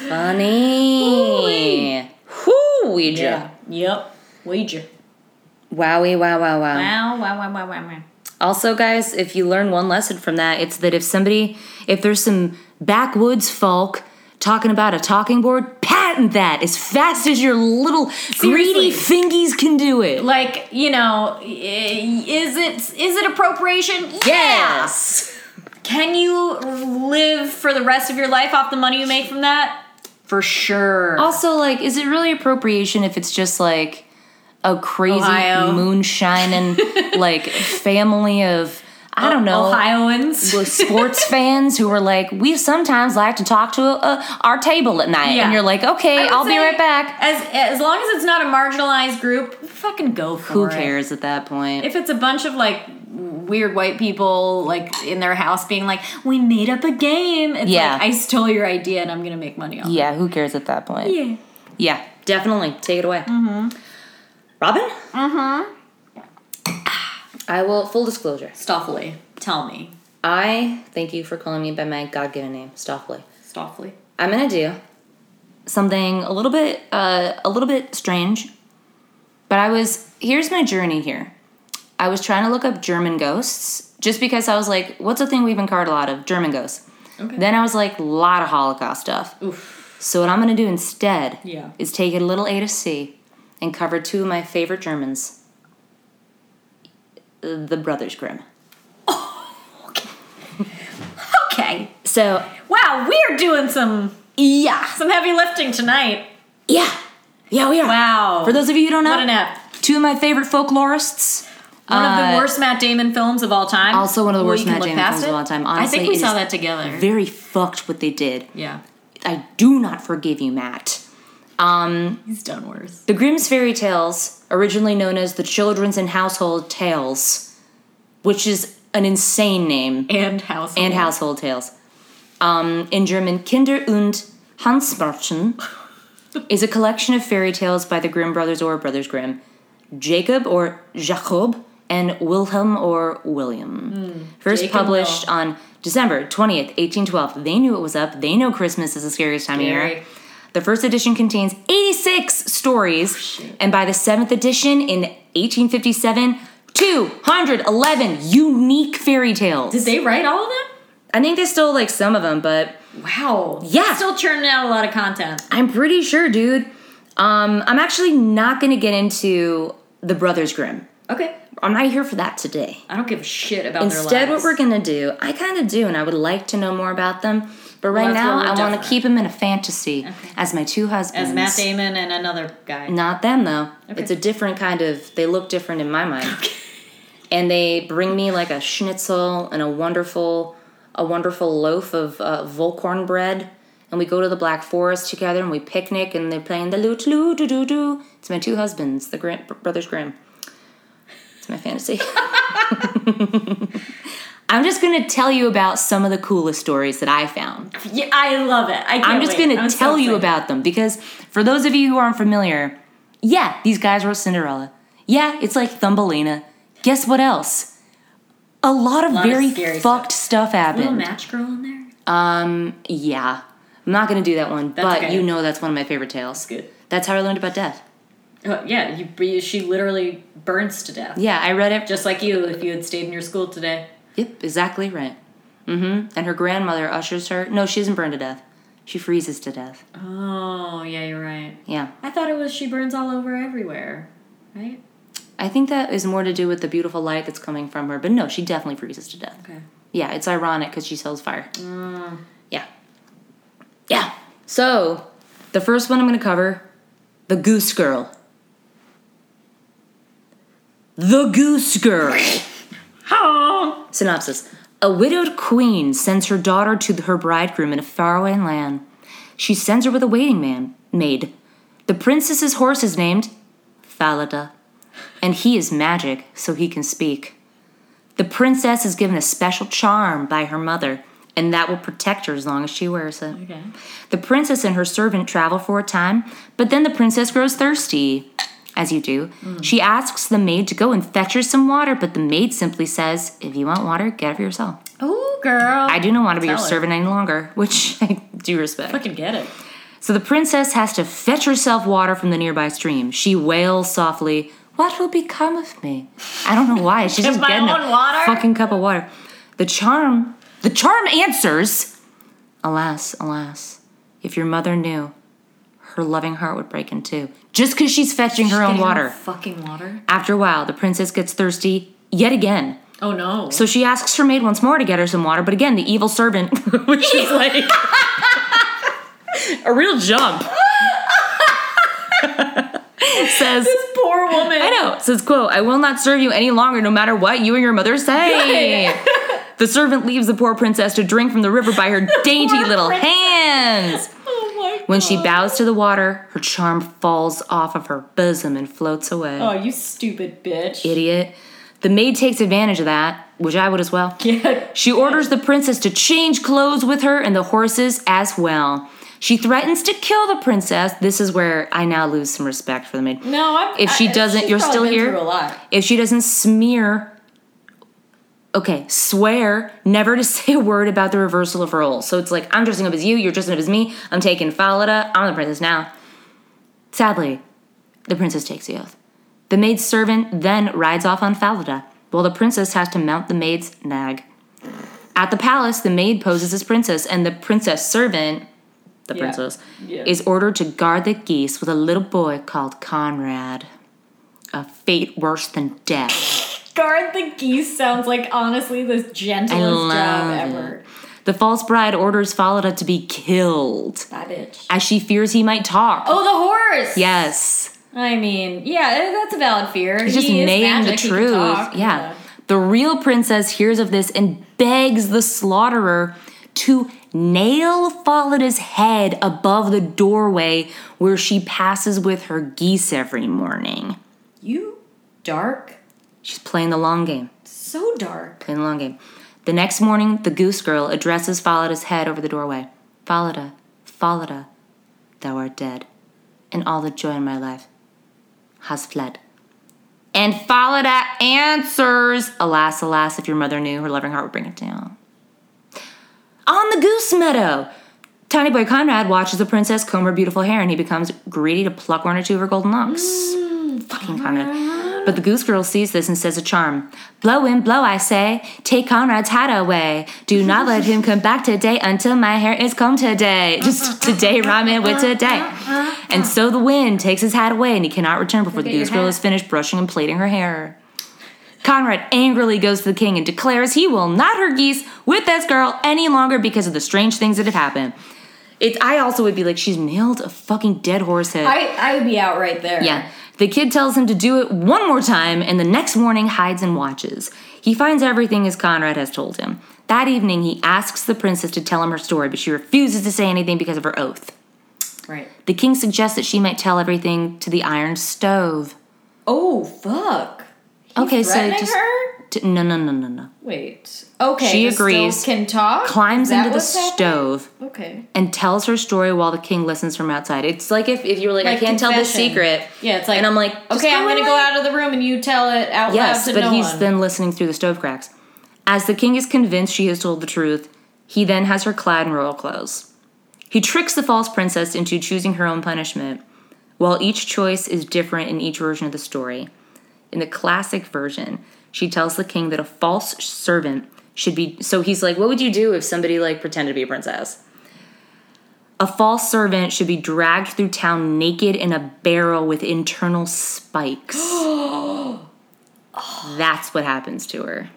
funny. Whoo, Ouija. Yep. Wager. Wowie, wow, wow, wow. Wow, wow, wow, wow, wow, wow. Also, guys, if you learn one lesson from that, it's that if somebody, if there's some backwoods folk talking about a talking board, patent that as fast as your little greedy fingies can do it. Like, you know, i- is it is it appropriation? Yeah. Yes. Can you live for the rest of your life off the money you make from that? For sure. Also, like, is it really appropriation if it's just like a crazy Ohio. moonshining like family of I don't know Ohioans. with sports fans who were like, we sometimes like to talk to uh our table at night, Yeah. and you're like, I okay, would I'll be say right back. As as long as it's not a marginalized group, fucking go for Who it. cares at that point? If it's a bunch of like weird white people like in their house being like, "We made up a game," it's Yeah. like I stole your idea and I'm gonna make money off. it. yeah, who cares at that point? Yeah. Yeah, definitely. Take it away. Mm-hmm. Robin? Mm-hmm. I will, full disclosure, Stoffley, tell me, I thank you for calling me by my God given name, Stoffley. Stoffley. I'm gonna do something a little bit uh, a little bit strange, but I was here's my journey here. I was trying to look up German ghosts just because I was like, what's a thing we've encountered a lot of German ghosts. Okay. Then I was like, a lot of Holocaust stuff. So what I'm gonna do instead Yeah. is take a little A to C and cover two of my favorite Germans, the Brothers Grimm. Okay. So Wow, we're doing some yeah, some heavy lifting tonight. yeah, yeah, we are. Wow. For those of you who don't know, what an app. two of my favorite folklorists. One of Uh, the worst Matt Damon films of all time. Also one of the Well, worst you can Matt look Damon films past of it. all time. I Honestly, think we it saw is that together. Very fucked what they did. yeah. I do not forgive you, Matt. He's done worse. The Grimm's fairy tales, originally known as the Children's and Household Tales, which is an insane name, And House. and Household Tales. Um, in German, Kinder und Hansmärchen is a collection of fairy tales by the Grimm brothers or Brothers Grimm, Jacob or Jacob, and Wilhelm or William. First Jake Hmm. and published on December 20th, 1812. They knew it was up. They know Christmas is the scariest time of Scary. year. The first edition contains 86 Oh, stories, and by the seventh edition in 1857, 211 unique fairy tales. Did they write all of them? I think they still like some of them, but Wow. Yeah. Still churning out a lot of content. I'm pretty sure, dude. Um, I'm actually not going to get into the Brothers Grimm. Okay. I'm not here for that today. I don't give a shit about Instead, their what lives. we're gonna do, I kind of do, and I would like to know more about them. But right Well, that's now, where we're I want to different. keep them in a fantasy as my two husbands. As Matt Damon and another guy. Not them though. Okay. It's a different kind of. They look different in my mind. And they bring me like a schnitzel and a wonderful, a wonderful loaf of uh, Volkorn bread. And we go to the Black Forest together and we picnic and they're playing the lute loo doo doo doo. It's my two husbands, the Grim, brothers Grimm. It's my fantasy. I'm just gonna tell you about some of the coolest stories that I found. Yeah, I love it. I can't I'm just wait. gonna I'm so tell you excited. about them because for those of you who aren't familiar, yeah, these guys wrote Cinderella. Yeah, it's like Thumbelina. Guess what else? A lot of lot of very scary fucked stuff, Little happened. match girl in there. Um, yeah, I'm not gonna do that one, but okay. you know that's one of my favorite tales. good. That's how I learned about death. Oh, yeah, you, you- she literally burns to death. Yeah, I read it. Just like you if you had stayed in your school today. Yep, exactly right. Mm-hmm. And her grandmother ushers her. No, she isn't burned to death. She freezes to death. Oh, yeah, you're right. Yeah, I thought it was she burns all over everywhere, right? I think that is more to do with the beautiful light that's coming from her. But no, she definitely freezes to death. Okay. Mm. Yeah, it's ironic because she sells fire. Yeah. Yeah. So, the first one I'm going to cover the Goose Girl. The Goose Girl. Oh. Synopsis A widowed queen sends her daughter to her bridegroom in a faraway land. She sends her with a waiting man, maid. The princess's horse is named Falada, and he is magic, so he can speak. The princess is given a special charm by her mother, and that will protect her as long as she wears it. Okay. The princess and her servant travel for a time, but then the princess grows thirsty, as you do. She asks the maid to go and fetch her some water, but the maid simply says, If you want water, get it for yourself. Oh, girl. I do not want to be your Solid. servant any longer, which I do respect. fucking get it. So the princess has to fetch herself water from the nearby stream. She wails softly, What will become of me? I don't know why. She's just my getting a own water? fucking cup of water. The charm, the charm answers, Alas, alas, if your mother knew, her loving heart would break in two. Just because she's fetching her own Getting water. Fucking water. After a while, the princess gets thirsty yet again. Oh no. So she asks her maid once more to get her some water, but again, the evil servant, which is like a real jump, says, poor woman. I know, says, quote, I will not serve you any longer, no matter what you and your mother say. the servant leaves the poor princess to drink from the river by her dainty poor little princess. hands. Oh my god. When she bows to the water, her charm falls off of her bosom and floats away. Oh, you stupid bitch. Idiot. The maid takes advantage of that, which I would as well. Yeah. She orders the princess to change clothes with her and the horses as well. She threatens to kill the princess. This is where I now lose some respect for the maid. No, I'm. If she I- doesn't, she's you're probably still been here? Through a lot. If she doesn't smear, okay, swear never to say a word about the reversal of roles. So it's like, I'm dressing up as you, you're dressing up as me, I'm taking Falada, I'm the princess now. Sadly, the princess takes the oath. The maid's servant then rides off on Falada, while the princess has to mount the maid's nag. At the palace, the maid poses as princess, and the princess servant, the Yeah. princess, Yeah. is ordered to guard the geese with a little boy called Conrad. A fate worse than death. Guard the geese sounds like honestly the gentlest job love ever. The false bride orders Falada to be killed, That bitch. as she fears he might talk. Oh, the horse. Yes, I mean, yeah, eh, that's a valid fear. it's just he is name the magic, he can truth. talk, yeah. The real princess hears of this and begs the slaughterer to nail Falada's head above the doorway where she passes with her geese every morning. You dark. She's playing the long game. So dark. Playing the long game. The next morning, the goose girl addresses Falada's head over the doorway. Falada, Falada, thou art dead, and all the joy in my life has fled. And Falada answers, Alas, alas, if your mother knew, her loving heart would bring it down. On the goose meadow, Tiny boy Conrad watches the princess comb her beautiful hair and he becomes greedy to pluck one or two of her golden locks. Mm, Fucking Conrad. But the goose girl sees this and says a charm. Blow in, blow, I say. Take Conrad's hat away. Do not let him come back today until my hair is combed today. Just today rhyming with today. And so the wind takes his hat away and he cannot return before the Look at your goose girl hat. is finished brushing and plaiting her hair. Conrad angrily goes to the king and declares he will not hurt geese with this girl any longer because of the strange things that have happened. It's I also would be like, she's nailed a fucking dead horse head. I I would be out right there. yeah. The kid tells him to do it one more time, and the next morning hides and watches. He finds everything as Conrad has told him. That evening, he asks the princess to tell him her story, but she refuses to say anything because of her oath. Right. The king suggests that she might tell everything to the iron stove. Oh fuck. He's Okay, so threatening just- her. T- no, no, no, no, no. Wait. Okay. She the stove agrees. Can talk. Climbs Is that into the what's happening? stove. Okay. and tells her story while the king listens from outside. It's like if, if you were like, I Like can't tell this confession. secret. Yeah, it's like And I'm like, just okay, I'm go gonna away. go out of the room and you tell it out Yes, loud to but no he's one. then listening through the stove cracks. As the king is convinced she has told the truth, he then has her clad in royal clothes. He tricks the false princess into choosing her own punishment, while each choice is different in each version of the story. In the classic version, she tells the king that a false servant should be so he's like, what would you do if somebody like pretended to be a princess? A false servant should be dragged through town naked in a barrel with internal spikes. That's what happens to her.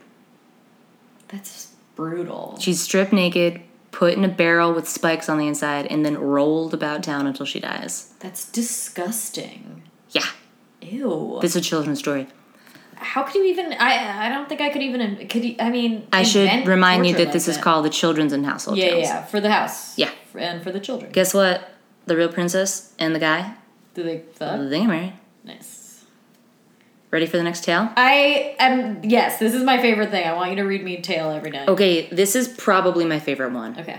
That's brutal. She's stripped naked, put in a barrel with spikes on the inside, and then rolled about town until she dies. That's disgusting. Yeah, Ew. this is a children's story. How could you even? I I don't think I could even. Could you, I mean? I should invent remind you torture that this like is called the Children's and Household Yeah, yeah, Tales. yeah, for the house. Yeah. and for the children. Guess what? The real princess and the guy, Do they fuck? they get married. Nice. Ready for the next tale? I am. Yes, this is my favorite thing. I want you to read me a tale every night. Okay, this is probably my favorite one Okay.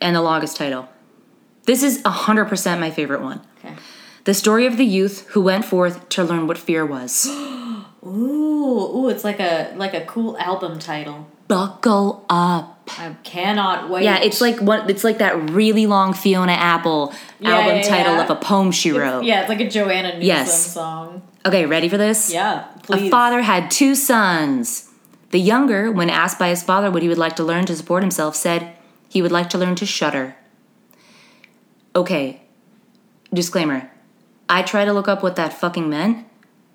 and the longest title. This is 100% my favorite one. Okay. The story of the youth who went forth to learn what fear was. Ooh, ooh, it's like a like a cool album title. Buckle up. I cannot wait. Yeah, it's like what it's like that really long Fiona Apple Yeah, album yeah, title yeah. of a poem she wrote. yeah, it's like a Joanna Newsom Yes. song. Okay, ready for this? Yeah, A please. father had two sons. The younger, when asked by his father what he would like to learn to support himself, said he would like to learn to shudder. Okay, disclaimer. I try to look up what that fucking meant.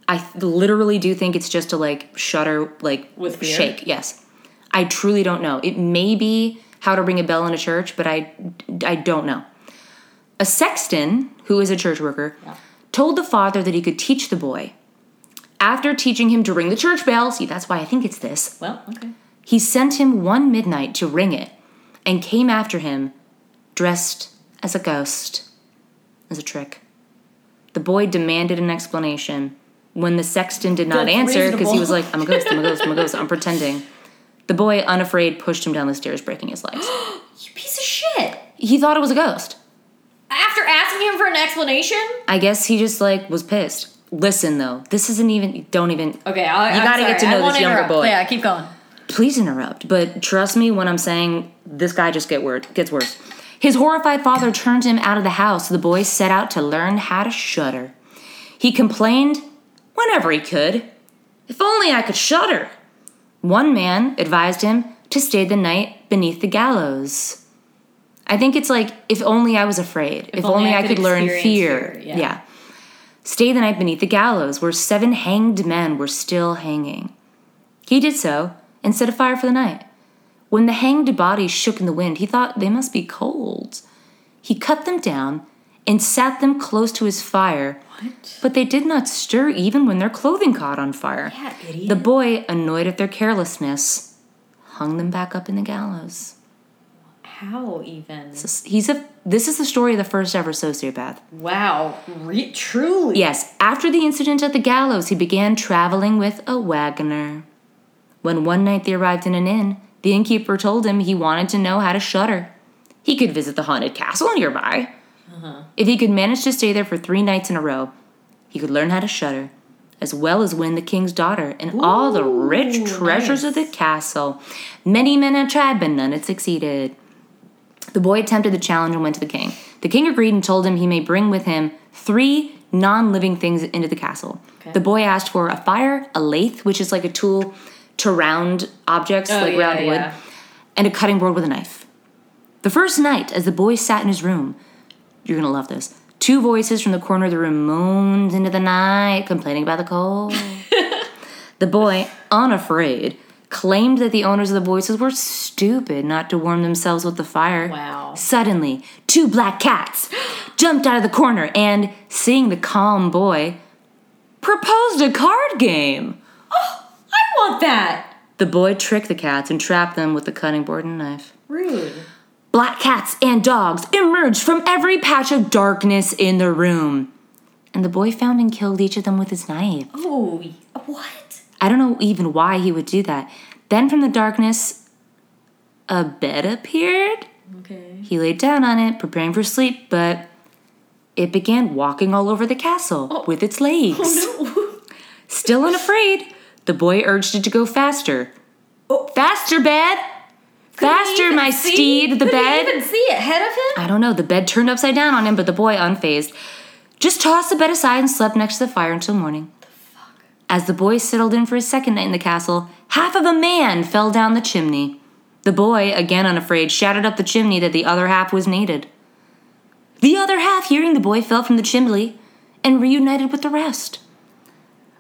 I th- literally do think it's just to like shudder, like With fear? shake. Yes, I truly don't know. It may be how to ring a bell in a church, but I, I don't know. A sexton, who is a church worker, told the father that he could teach the boy. After teaching him to ring the church bell, see, that's why I think it's this, Well, okay. he sent him one midnight to ring it and came after him dressed as a ghost, as a trick. The boy demanded an explanation. When the sexton did not That's answer, because he reasonable. was like, I'm a ghost, I'm a ghost, I'm a ghost, I'm pretending. The boy, unafraid, pushed him down the stairs, breaking his legs. You piece of shit. he thought it was a ghost. After asking him for an explanation. I guess he just like was pissed. Listen though, this isn't even. Don't even. Okay, I, You I'm gotta get to sorry, I know this wanna younger interrupt. boy. Yeah, keep going. Please interrupt, but trust me when I'm saying this guy just get wor- gets worse. His horrified father turned him out of the house. The boy set out to learn how to shudder. He complained whenever he could. If only I could shudder. One man advised him to stay the night beneath the gallows. I think it's like, if only I was afraid. If, only, I, could, learn fear. experience fear, yeah. yeah. Stay the night beneath the gallows, where seven hanged men were still hanging. He did so and set a fire for the night. When the hanged bodies shook in the wind, he thought they must be cold. He cut them down and sat them close to his fire, What? but they did not stir even when their clothing caught on fire. Yeah, idiot. The boy, annoyed at their carelessness, hung them back up in the gallows. How even? This- He's a this is the story of the first ever sociopath. Wow. Re- truly. Yes, after the incident at the gallows, he began traveling with a wagoner. When one night they arrived in an inn, the innkeeper told him he wanted to know how to shudder. He could visit the haunted castle nearby. If he could manage to stay there for three nights in a row, he could learn how to shudder, as well as win the king's daughter and all the rich treasures of the castle. Many men have tried, but none had succeeded. The boy attempted the challenge and went to the king. The king agreed and told him he may bring with him three non living things into the castle. Okay. The boy asked for a fire, a lathe, which is like a tool to round objects, Oh, like round wood, and a cutting board with a knife. The first night, as the boy sat in his room, you're gonna love this. Two voices from the corner of the room moaned into the night, complaining about the cold. the boy, unafraid, claimed that the owners of the voices were stupid not to warm themselves with the fire. Wow. Suddenly, two black cats jumped out of the corner and, seeing the calm boy, proposed a card game. I want that. The boy tricked the cats and trapped them with the cutting board and knife. Rude. Black cats and dogs emerged from every patch of darkness in the room. And the boy found and killed each of them with his knife. Oh, what? I don't know even why he would do that. Then from the darkness, a bed appeared. Okay. He laid down on it, preparing for sleep, but it began walking all over the castle Oh. with its legs. Still unafraid, the boy urged it to go faster. Oh. Faster, bed! Faster, my steed, the bed! Couldn't even see it ahead of him. I don't know. The bed turned upside down on him, but the boy, unfazed, just tossed the bed aside and slept next to the fire until morning. As the boy settled in for his second night in the castle, half of a man fell down the chimney. The boy, again unafraid, shouted up the chimney that the other half was needed. The other half, hearing the boy, fell from the chimney and reunited with the rest.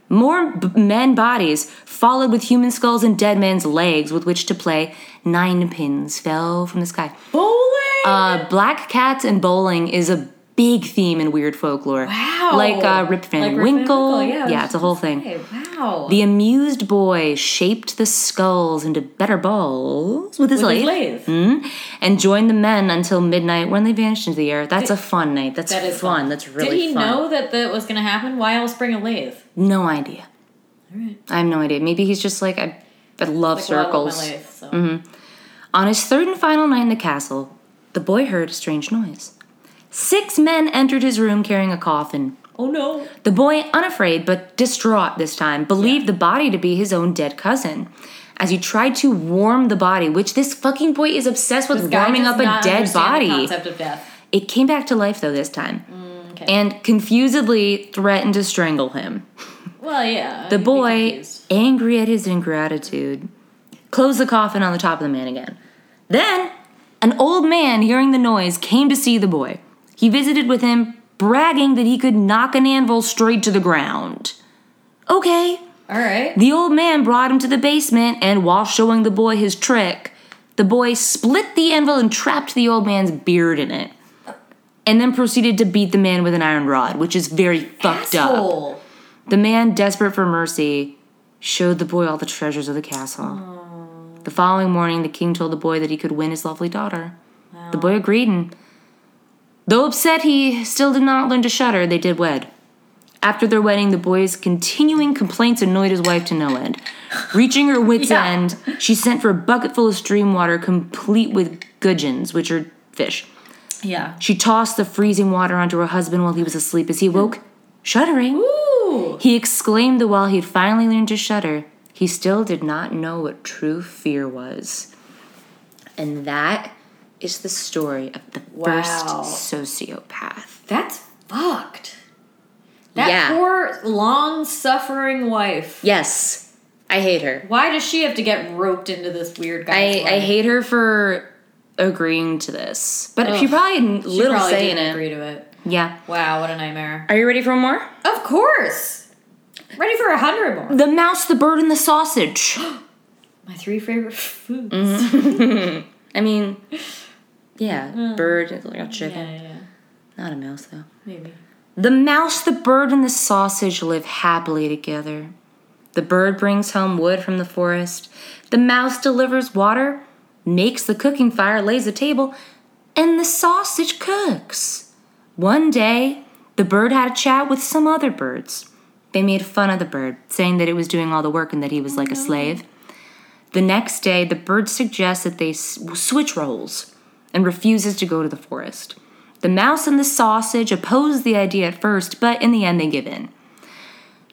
More b- men bodies, followed with human skulls and dead men's legs with which to play, nine pins fell from the sky. Bowling. Uh, black cats and bowling is a big theme in weird folklore. Wow. Like uh, Rip Van Like Rip Van Winkle. Winkle, yeah, I was it's a whole thing. okay. Wow. The amused boy shaped the skulls into better balls with his With lathe his lathe. Mhm. and joined the men until midnight when they vanished into the air. That's a fun night. That's That is fun. fun. That's really Did he fun. know that that was going to happen? Why else bring a lathe? No idea. All right. I have no idea. Maybe he's just like, I, I love Like, well, I want circles. Mm-hmm. my lathe, so. On his third and final night in the castle, the boy heard a strange noise. Six men entered his room carrying a coffin. Oh no. The boy, unafraid but distraught this time, believed the body to be his own dead cousin. As he tried to warm the body, which this fucking boy is obsessed with This guy warming does up a not dead understand the body, concept of death. it came back to life though this time, Okay. and confusedly threatened to strangle him. well, yeah. The boy, angry at his ingratitude, closed the coffin on the top of the man again. Then, an old man, hearing the noise, came to see the boy. He visited with him, bragging that he could knock an anvil straight to the ground. Okay. All right. The old man brought him to the basement, and while showing the boy his trick, the boy split the anvil and trapped the old man's beard in it. And then proceeded to beat the man with an iron rod, which is very fucked up. Asshole. The man, desperate for mercy, showed the boy all the treasures of the castle. The following morning, the king told the boy that he could win his lovely daughter. The boy agreed, and though upset, he still did not learn to shudder. They did wed. After their wedding, the boy's continuing complaints annoyed his wife to no end. Reaching her wits' Yeah. end, she sent for a bucket full of stream water, complete with gudgeons, which are fish. Yeah. She tossed the freezing water onto her husband while he was asleep. As he woke, shuddering, Ooh. he exclaimed that while he had finally learned to shudder, he still did not know what true fear was. And that is the story of the first Wow. sociopath. That's fucked. That Yeah. poor, long suffering wife. Yes, I hate her. Why does she have to get roped into this weird guy? I, I hate her for agreeing to this. But she probably had little probably say in it. didn't agree to it. Yeah. Wow, what a nightmare. Are you ready for more? Of course. Ready for a hundred more. The mouse, the bird, and the sausage. My three favorite foods. I mean, yeah, bird is like a chicken. Yeah, yeah, Not a mouse, though. maybe. The mouse, the bird, and the sausage live happily together. The bird brings home wood from the forest. The mouse delivers water, makes the cooking fire, lays the table, and the sausage cooks. One day, the bird had a chat with some other birds. They made fun of the bird, saying that it was doing all the work and that he was like a slave. The next day, the bird suggests that they s- switch roles and refuses to go to the forest. The mouse and the sausage oppose the idea at first, but in the end, they give in.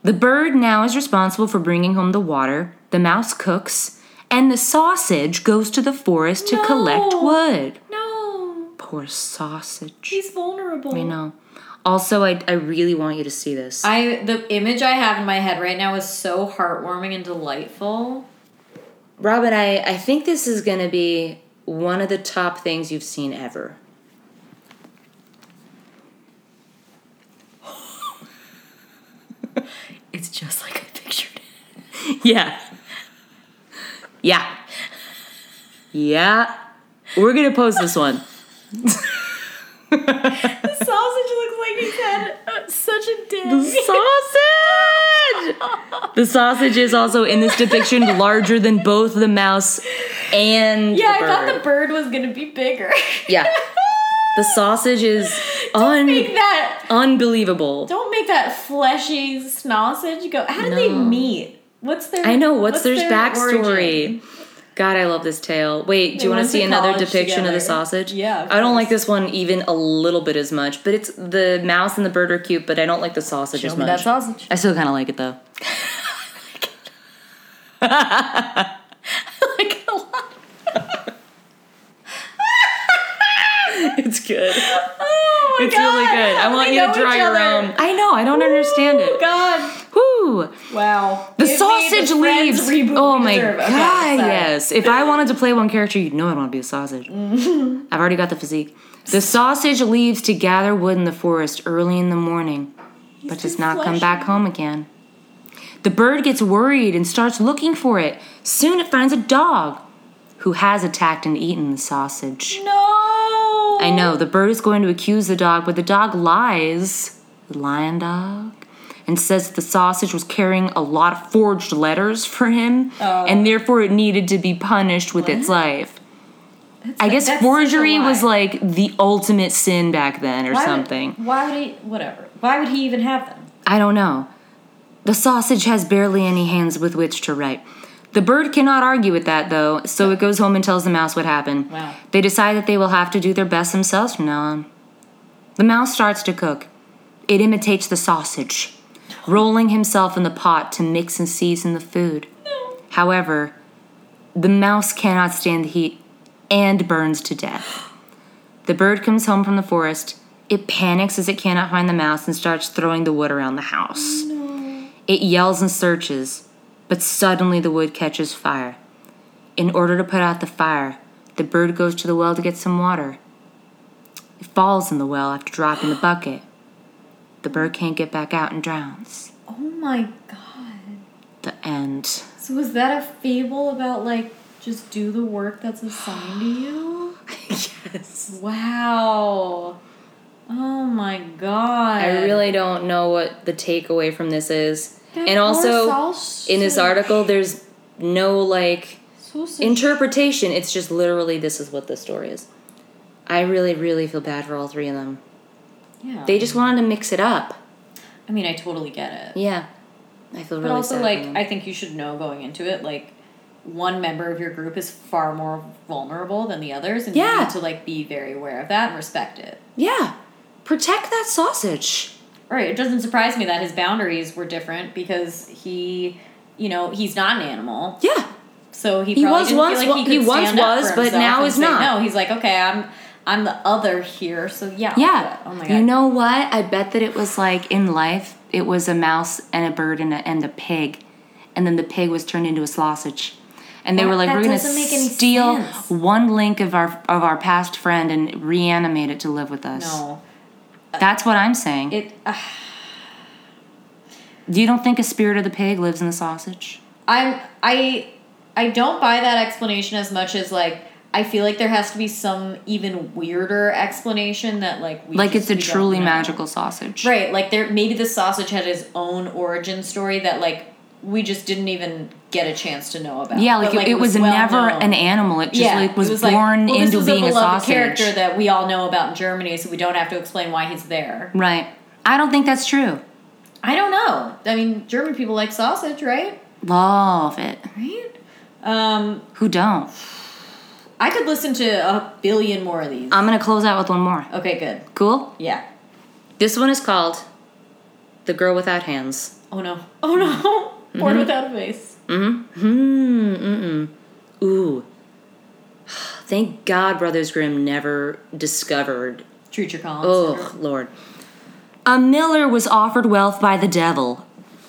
The bird now is responsible for bringing home the water, the mouse cooks, and the sausage goes to the forest to collect No. wood. No. poor sausage. He's vulnerable. I know. Also, I, I really want you to see this. I the image I have in my head right now is so heartwarming and delightful. Robin, I, I think this is going to be one of the top things you've seen ever. It's just like I pictured it. Yeah. Yeah. Yeah. We're going to post this one. The sausage looks like he's had uh, such a dick. sausage! The sausage is also in this depiction larger than both the mouse and Yeah, I the bird. thought the bird was gonna be bigger. yeah. The sausage is make un- that unbelievable. don't make that fleshy sausage go. How did they No. meet? What's their I know what's, their, origin? backstory. God, I love this tale. Wait, do They you want went to to see another college depiction of the together. sausage? Yeah, of I don't course. like this one even a little bit as much. But it's the mouse and the bird are cute, but I don't like the sausage as Show me much. that sausage. I still kind of like it though. like a lot. It's good. Oh my It's god. really good. I how do want they you to know draw each your other? own. I know. I don't understand Oh it. god. Whew. Wow. The Give me sausage the Friends leaves. reboot oh we my deserve. god, Okay, sorry. yes. If I wanted to play one character, you'd know I'd want to be a sausage. Mm-hmm. I've already got the physique. The sausage leaves to gather wood in the forest early in the morning, but does too not come fleshy. back home again. The bird gets worried and starts looking for it. Soon it finds a dog who has attacked and eaten the sausage. No. I know, the bird is going to accuse the dog, but the dog lies, the lion dog, and says that the sausage was carrying a lot of forged letters for him, Oh. and therefore it needed to be punished with its life. I guess that's such a forgery was lie. like the ultimate sin back then or Why would- something. why would he? Whatever. Why would he even have them? I don't know. The sausage has barely any hands with which to write. The bird cannot argue with that, though, so it goes home and tells the mouse what happened. Wow. They decide that they will have to do their best themselves from now on. The mouse starts to cook. It imitates the sausage, rolling himself in the pot to mix and season the food. However, the mouse cannot stand the heat and burns to death. The bird comes home from the forest. It panics as it cannot find the mouse and starts throwing the wood around the Oh, house. It yells and searches, but suddenly the wood catches fire. In order to put out the fire, the bird goes to the well to get some water. It falls in the well after dropping the bucket. The bird can't get back out and drowns. Oh my god. The end. So was that a fable about like just do the work that's assigned to you? yes. Wow. Oh my god. I really don't know what the takeaway from this is. That and also, poor sausage. in this article, there's no like Sausage. interpretation. It's just literally this is what the story is. I really, really feel bad for all three of them. yeah. They just wanted to mix it up. I mean, I totally get it. Yeah, I feel really. But also, sad for like, them. I think you should know going into it, like, one member of your group is far more vulnerable than the others, and you Yeah. need to like be very aware of that and respect it. yeah, protect that sausage. Right. It doesn't surprise me that his boundaries were different because he, you know, he's not an animal, Yeah, so he He probably was didn't once feel wa- like he he could once stand up was, for but himself now and he's say, not. No, he's like, okay, I'm, I'm the other here, so yeah, I'll do yeah. it." Oh my god. you know what? I bet that it was like in life, it was a mouse and a bird and a, and a pig, and then the pig was turned into a sausage. And they Well, were like, that "We're gonna doesn't make any steal sense. one link of our of our past friend and reanimate it to live with us." No. That's what I'm saying. It. Uh, you don't think a spirit of the pig lives in the sausage? I'm I I don't buy that explanation as much as like I feel like there has to be some even weirder explanation that like we Like it's just- a we don't truly know. magical sausage. right like there maybe the sausage had his own origin story that like we just didn't even get a chance to know about Yeah, But, like, it, it was, well never known. an animal. It just like was, it was like, born well, this into was being a, a, beloved sausage. character that we all know about in Germany, so we don't have to explain why he's there. right. I don't think that's true. I don't know. I mean, German people like sausage, right? Love it. Right. Um, Who don't? I could listen to a billion more of these. I'm gonna close out with one more. Okay, good. Cool. Yeah. This one is called "The Girl Without Hands." Oh no. Oh no. Born without a face. Mm-hmm. Hmm. Mm-mm. Ooh. Thank God Brothers Grimm never discovered. Treat your Collins. Oh, Lord. A miller was offered wealth by the devil,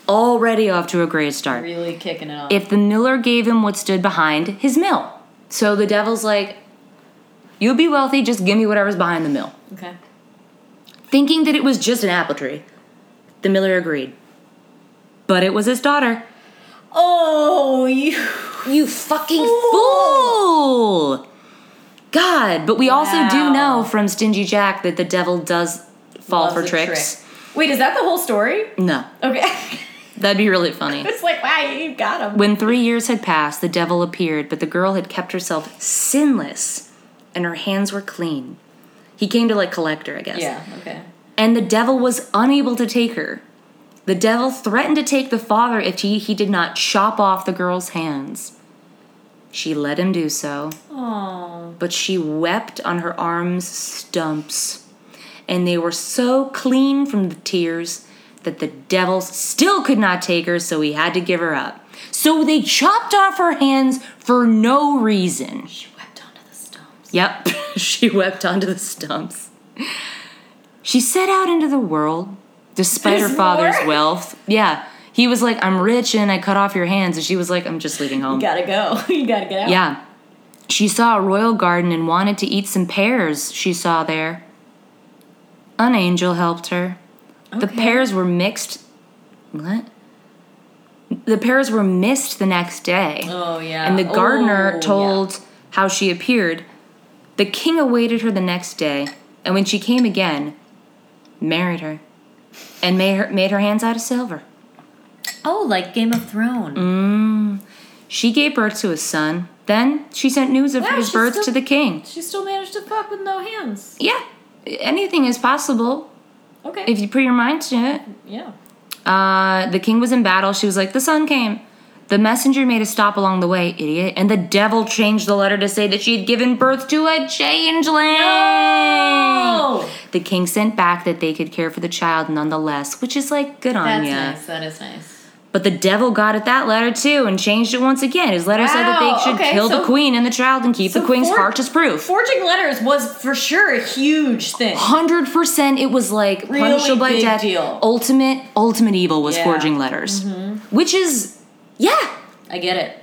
already off to a great start. Really kicking it off. If the miller gave him what stood behind his mill. So the devil's like, You'll be wealthy, just give me whatever's behind the mill. okay. Thinking that it was just an apple tree, the miller agreed. But it was his daughter. Oh, you. You fucking Fool. fool! God, but we also do Wow. know from Stingy Jack that the devil does fall Loves for a tricks. trick. Wait, is that the whole story? No, Okay. that'd be really funny. it's like, wow, you got him. When three years had passed, the devil appeared, but the girl had kept herself sinless and her hands were clean. He came to like collect her, I guess. Yeah, okay. And the devil was unable to take her. The devil threatened to take the father if he, he did not chop off the girl's hands. She let him do so. Oh. but she wept on her arm's stumps, and they were so clean from the tears that the devil still could not take her, so he had to give her up. So they chopped off her hands for no reason. She wept onto the stumps. Yep, she wept onto the stumps. She set out into the world despite her There's father's more? wealth. Yeah, he was like, I'm rich and I cut off your hands. And she was like, I'm just leaving home. You gotta go. you gotta get out. Yeah. She saw a royal garden and wanted to eat some pears she saw there. An angel helped her. The Okay. pears were mixed. What? The pears were missed the next day. Oh, yeah. and the gardener Oh, told how she appeared. The king awaited her the next day, and when she came again, married her and made her, made her hands out of silver. yeah. Oh, like Game of Thrones. Mm. She gave birth to a son. Then she sent news of Wow, his she's birth to still- the king. She still managed to fuck with no hands. Yeah, anything is possible Okay. if you put your mind to it. yeah. Uh, the king was in battle. She was like, the sun came. The messenger made a stop along the way, idiot. And the devil changed the letter to say that she had given birth to a changeling. Oh, The king sent back that they could care for the child nonetheless, which is like, good on that's ya. nice. That is nice. But the devil got at that letter too and changed it once again. His letter said that Wow, they should okay, kill the so- queen and the child and keep so the queen's for- heart as proof. Forging letters was for sure a huge thing. hundred percent it was like Really punishable by big death. deal. Ultimate ultimate evil was Yeah. Mm-hmm. forging letters. Which is yeah. I get it.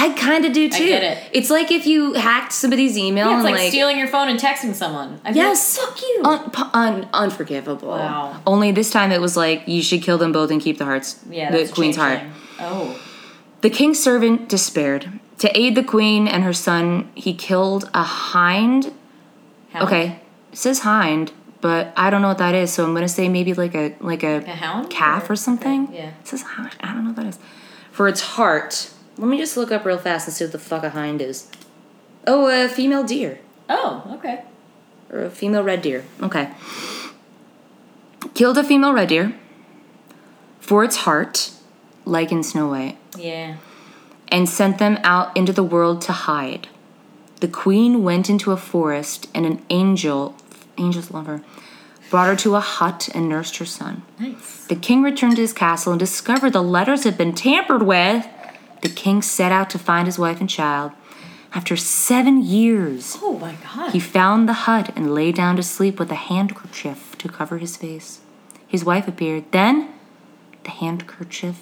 I kind of do too. get it. It's like if you hacked somebody's email Yeah, and it's like, like, Oh, stealing your phone and texting someone. I feel Yes. like, fuck you. un- pu- un- unforgivable. Wow. Only this time it was like you should kill them both and keep the hearts, yeah, the that's a queen's heart. changeling. Oh, The king's servant despaired. To aid the queen and her son, he killed a hind. hound. Okay, it says hind, but I don't know what that is, so I'm gonna say maybe like a like a a hound, calf or something. Yeah. It says hind. I don't know what that is. For its heart. Let me just look up real fast and see what the fuck a hind is. Oh, a female deer. Oh, okay. Or a female red deer. Okay. Killed a female red deer for its heart, like in Snow White, Yeah. and sent them out into the world to hide. The queen went into a forest, and an angel, angel's lover, brought her to a hut and nursed her son. Nice. The king returned to his castle and discovered the letters had been tampered with. The king set out to find his wife and child. After seven years, Oh my god. he found the hut and lay down to sleep with a handkerchief to cover his face. His wife appeared. Then the handkerchief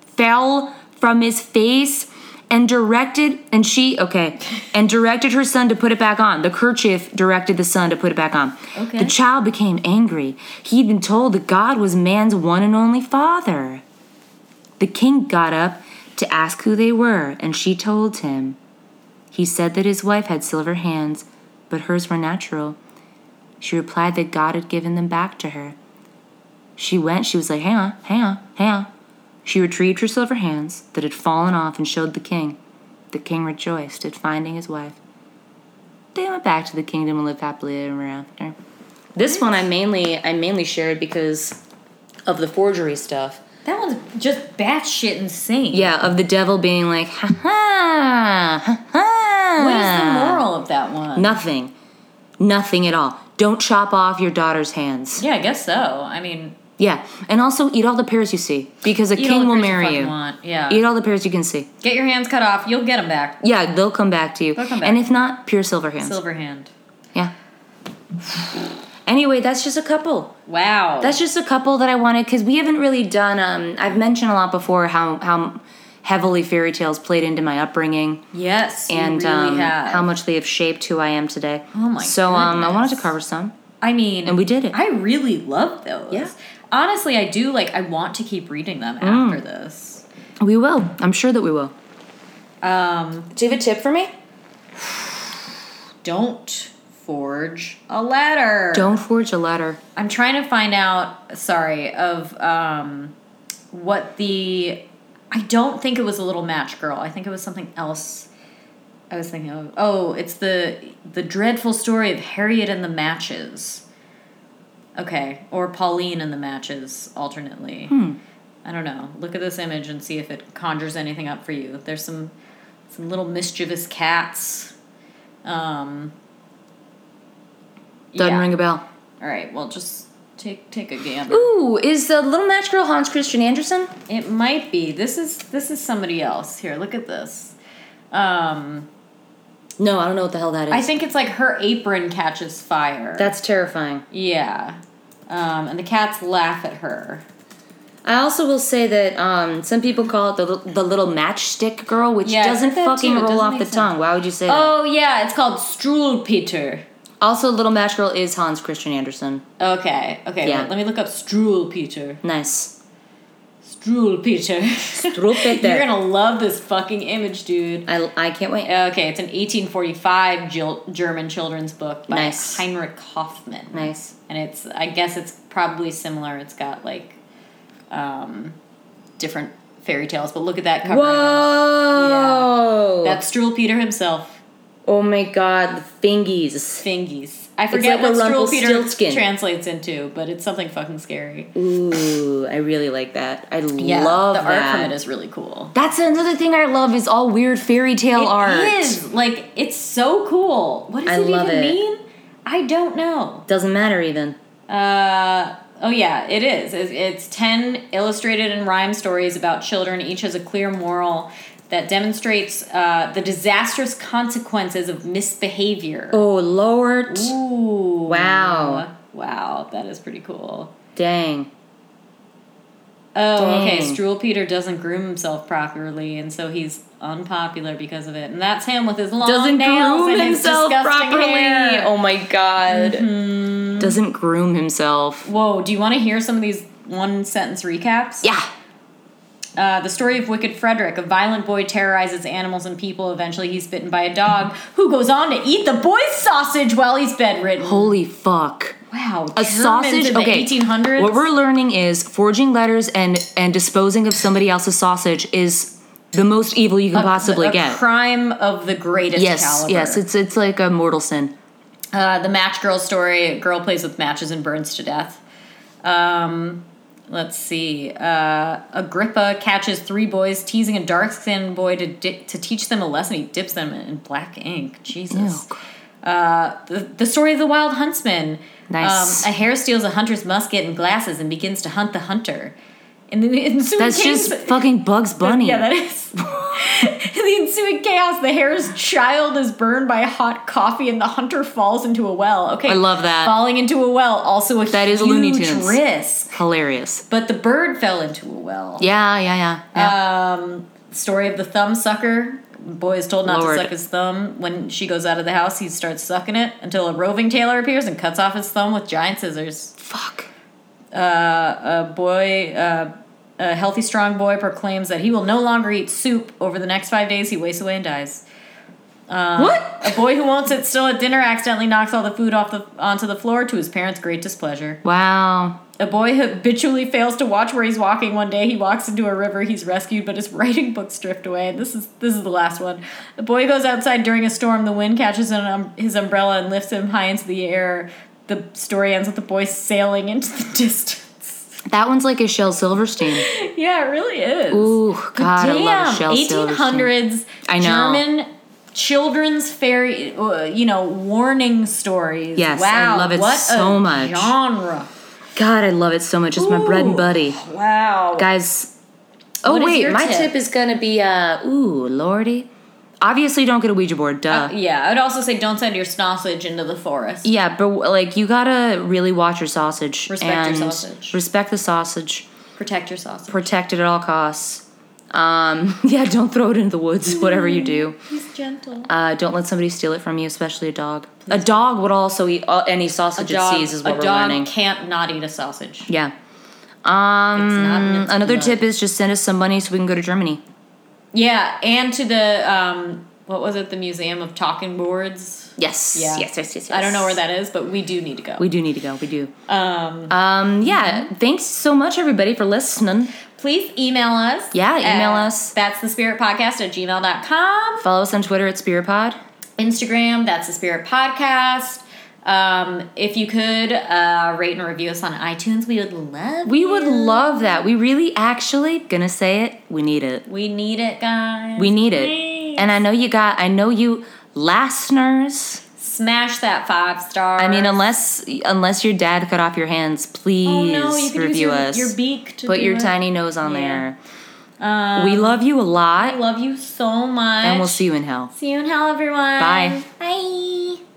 fell from his face and directed and she okay and directed her son to put it back on the kerchief directed the son to put it back on Okay. the child became angry he'd been told that god was man's one and only father the king got up to ask who they were and she told him he said that his wife had silver hands but hers were natural she replied that god had given them back to her she went she was like hang on hang on hang on she retrieved her silver hands that had fallen off and showed the king. The king rejoiced at finding his wife. They went back to the kingdom and lived happily ever after. This one I mainly I mainly shared because of the forgery stuff. that one's just batshit insane. Yeah, of the devil being like, ha ha, ha ha. What is the moral of that one? Nothing, nothing at all. Don't chop off your daughter's hands. Yeah, I guess so. I mean, Yeah, and also eat all the pears you see because a Eat all king the will pears you marry fucking you. want. Yeah. Eat all the pears you can see. Get your hands cut off. You'll get them back. Yeah, they'll come back to you. They'll come back. And if not, pure silver hands. Silver hand. Yeah. Anyway, that's just a couple. Wow. That's just a couple that I wanted because we haven't really done. Um, I've mentioned a lot before how how heavily fairy tales played into my upbringing yes. you and really um, have. how much they have shaped who I am today. Oh my So um, I wanted to goodness. cover some. I mean, And we did it. I really love those. Yeah. Honestly, I do like. I want to keep reading them Mm. after this. We will. I'm sure that we will. Um, Do you have a tip for me? don't forge a letter. Don't forge a letter. I'm trying to find out. Sorry, of um, what the. I don't think it was a little match girl. I think it was something else. I was thinking of. Oh, it's the the dreadful story of Harriet and the matches. Okay, or Pauline and the matches alternately. Hmm. I don't know. Look at this image and see if it conjures anything up for you. There's some some little mischievous cats. Um, Doesn't yeah. ring a bell. All right. Well, just take take a gander. Ooh, is the little match girl Hans Christian Andersen? It might be. This is this is somebody else. Here, look at this. Um, No, I don't know what the hell that is. I think it's like her apron catches fire. that's terrifying. yeah. Um, and the cats laugh at her. I also will say that um, some people call it the, the little matchstick girl, which Yeah, I doesn't heard that fucking too. It roll doesn't off the make sense. tongue. Why would you say that? Oh yeah, it's called Struhlpeter. Also, little match girl is Hans Christian Andersen. Okay. Okay. Yeah. wait, let me look up Struhlpeter. Nice. Struhlpeter. Struhlpeter. You're gonna love this fucking image, dude. I, I can't wait. Okay, it's an 1845 Gil- German children's book by Nice. Heinrich Kaufmann. Nice. And it's, I guess it's probably similar. It's got like um, different fairy tales, but look at that cover. Whoa! That's Struhl Peter himself, oh my god, the fingies. Fingies. I forget like a what Struhl Peter Rumpelstiltskin. translates into, but it's something fucking scary. Ooh, I really like that. I Yeah, love the that. art from it is really cool. That's another thing I love is all weird fairy tale art. It is like it's so cool. What does I it love even it. mean? I don't know. Doesn't matter even. Uh, oh yeah, it is. It's, it's ten illustrated and rhyme stories about children. Each has a clear moral that demonstrates uh, the disastrous consequences of misbehavior. Oh lord, Ooh! Wow. Wow, that is pretty cool. dang. Oh, okay. Dang. Struhl Peter doesn't groom himself properly, and so he's unpopular because of it. And that's him with his long doesn't nails groom and his himself disgusting properly. hair. Mm-hmm. Oh my god. Doesn't groom himself. Whoa! Do you want to hear some of these one sentence recaps? Yeah. Uh, the story of Wicked Frederick. A violent boy terrorizes animals and people. Eventually, he's bitten by a dog who goes on to eat the boy's sausage while he's bedridden. Holy fuck. wow. A sausage. In the okay. 1800s. What we're learning is forging letters and and disposing of somebody else's sausage is the most evil you can possibly a get. crime of the greatest yes. caliber. Yes. It's it's like a mortal sin. Uh, the match girl story. A girl plays with matches and burns to death. Um, let's see. Uh, Agrippa catches three boys teasing a dark skinned boy to, di- to teach them a lesson. He dips them in black ink. Jesus. Ew. Uh, the, the story of the wild huntsman. Nice. Um, a hare steals a hunter's musket and glasses and begins to hunt the hunter. In the ensuing That's chaos, just fucking Bugs Bunny. yeah, that is. in the ensuing chaos, the hare's child is burned by hot coffee, and the hunter falls into a well. Okay, I love that. Falling into a well also a That huge is Looney Tunes. risk. Hilarious. But the bird fell into a well. Yeah. Yeah. Yeah. yeah. Um, story of the thumb sucker. Boy is told not Lord. to suck his thumb. When she goes out of the house, he starts sucking it until a roving tailor appears and cuts off his thumb with giant scissors. fuck. Uh, a boy, uh, a healthy, strong boy, proclaims that he will no longer eat soup. Over the next five days, he wastes away and dies. uh, what? A boy who won't sit still at dinner accidentally knocks all the food off the onto the floor to his parents' great displeasure. Wow. A boy who habitually fails to watch where he's walking. One day he walks into a river. He's rescued, but his writing book's stripped away. This is this is the last one. The boy goes outside during a storm. The wind catches an, um, his umbrella and lifts him high into the air. The story ends with the boy sailing into the distance. That one's like a Shel Silverstein. yeah, it really is. Ooh, God, I love Damn, Shel eighteen Silverstein. hundreds I know. German children's fairy, uh, you know, warning stories. Yes, I wow, love it what so a much. Genre. God, I love it so much. It's my bread and buddy. Wow. Guys, oh What is wait, your my tip? tip? is going to be uh ooh, lordy. Obviously don't get a Ouija board, duh. yeah, I would also say don't send your sausage into the forest. Yeah, but like you gotta really watch your sausage. Respect your and sausage. Respect the sausage. Protect your sausage. Protect it at all costs. Um, yeah, don't throw it into the woods. Whatever you do, He's gentle. uh, don't let somebody steal it from you, especially a dog. A dog would also eat uh, any sausage it sees. Is what a we're dog learning. can't not eat a sausage. Yeah. Um, It's not in its another blood. tip is just send us some money so we can go to Germany. Yeah, and to the um, what was it? The Museum of Talking Boards. Yes. Yeah. Yes, yes. Yes. Yes. I don't know where that is, but we do need to go. We do need to go. We do. um, Um, yeah. Mm-hmm. Thanks so much, everybody, for listening. please email us. Yeah, email at us. That's the Spirit Podcast at gmail.com. Follow us on Twitter at SpiritPod. Instagram, that's the Spirit Podcast. Um, if you could uh, rate and review us on iTunes, we would love. We would you. love that. We really actually gonna say it. We need it. We need it, guys. We need it. Please. And I know you got I know you listeners. Smash that five star. I mean unless unless your dad cut off your hands, please oh, no, you could review use your, us. Your beak to Put do your it. tiny nose on Yeah. there. Um, we love you a lot love you so much. and we'll see you in hell. See you in hell, everyone. Bye. Bye.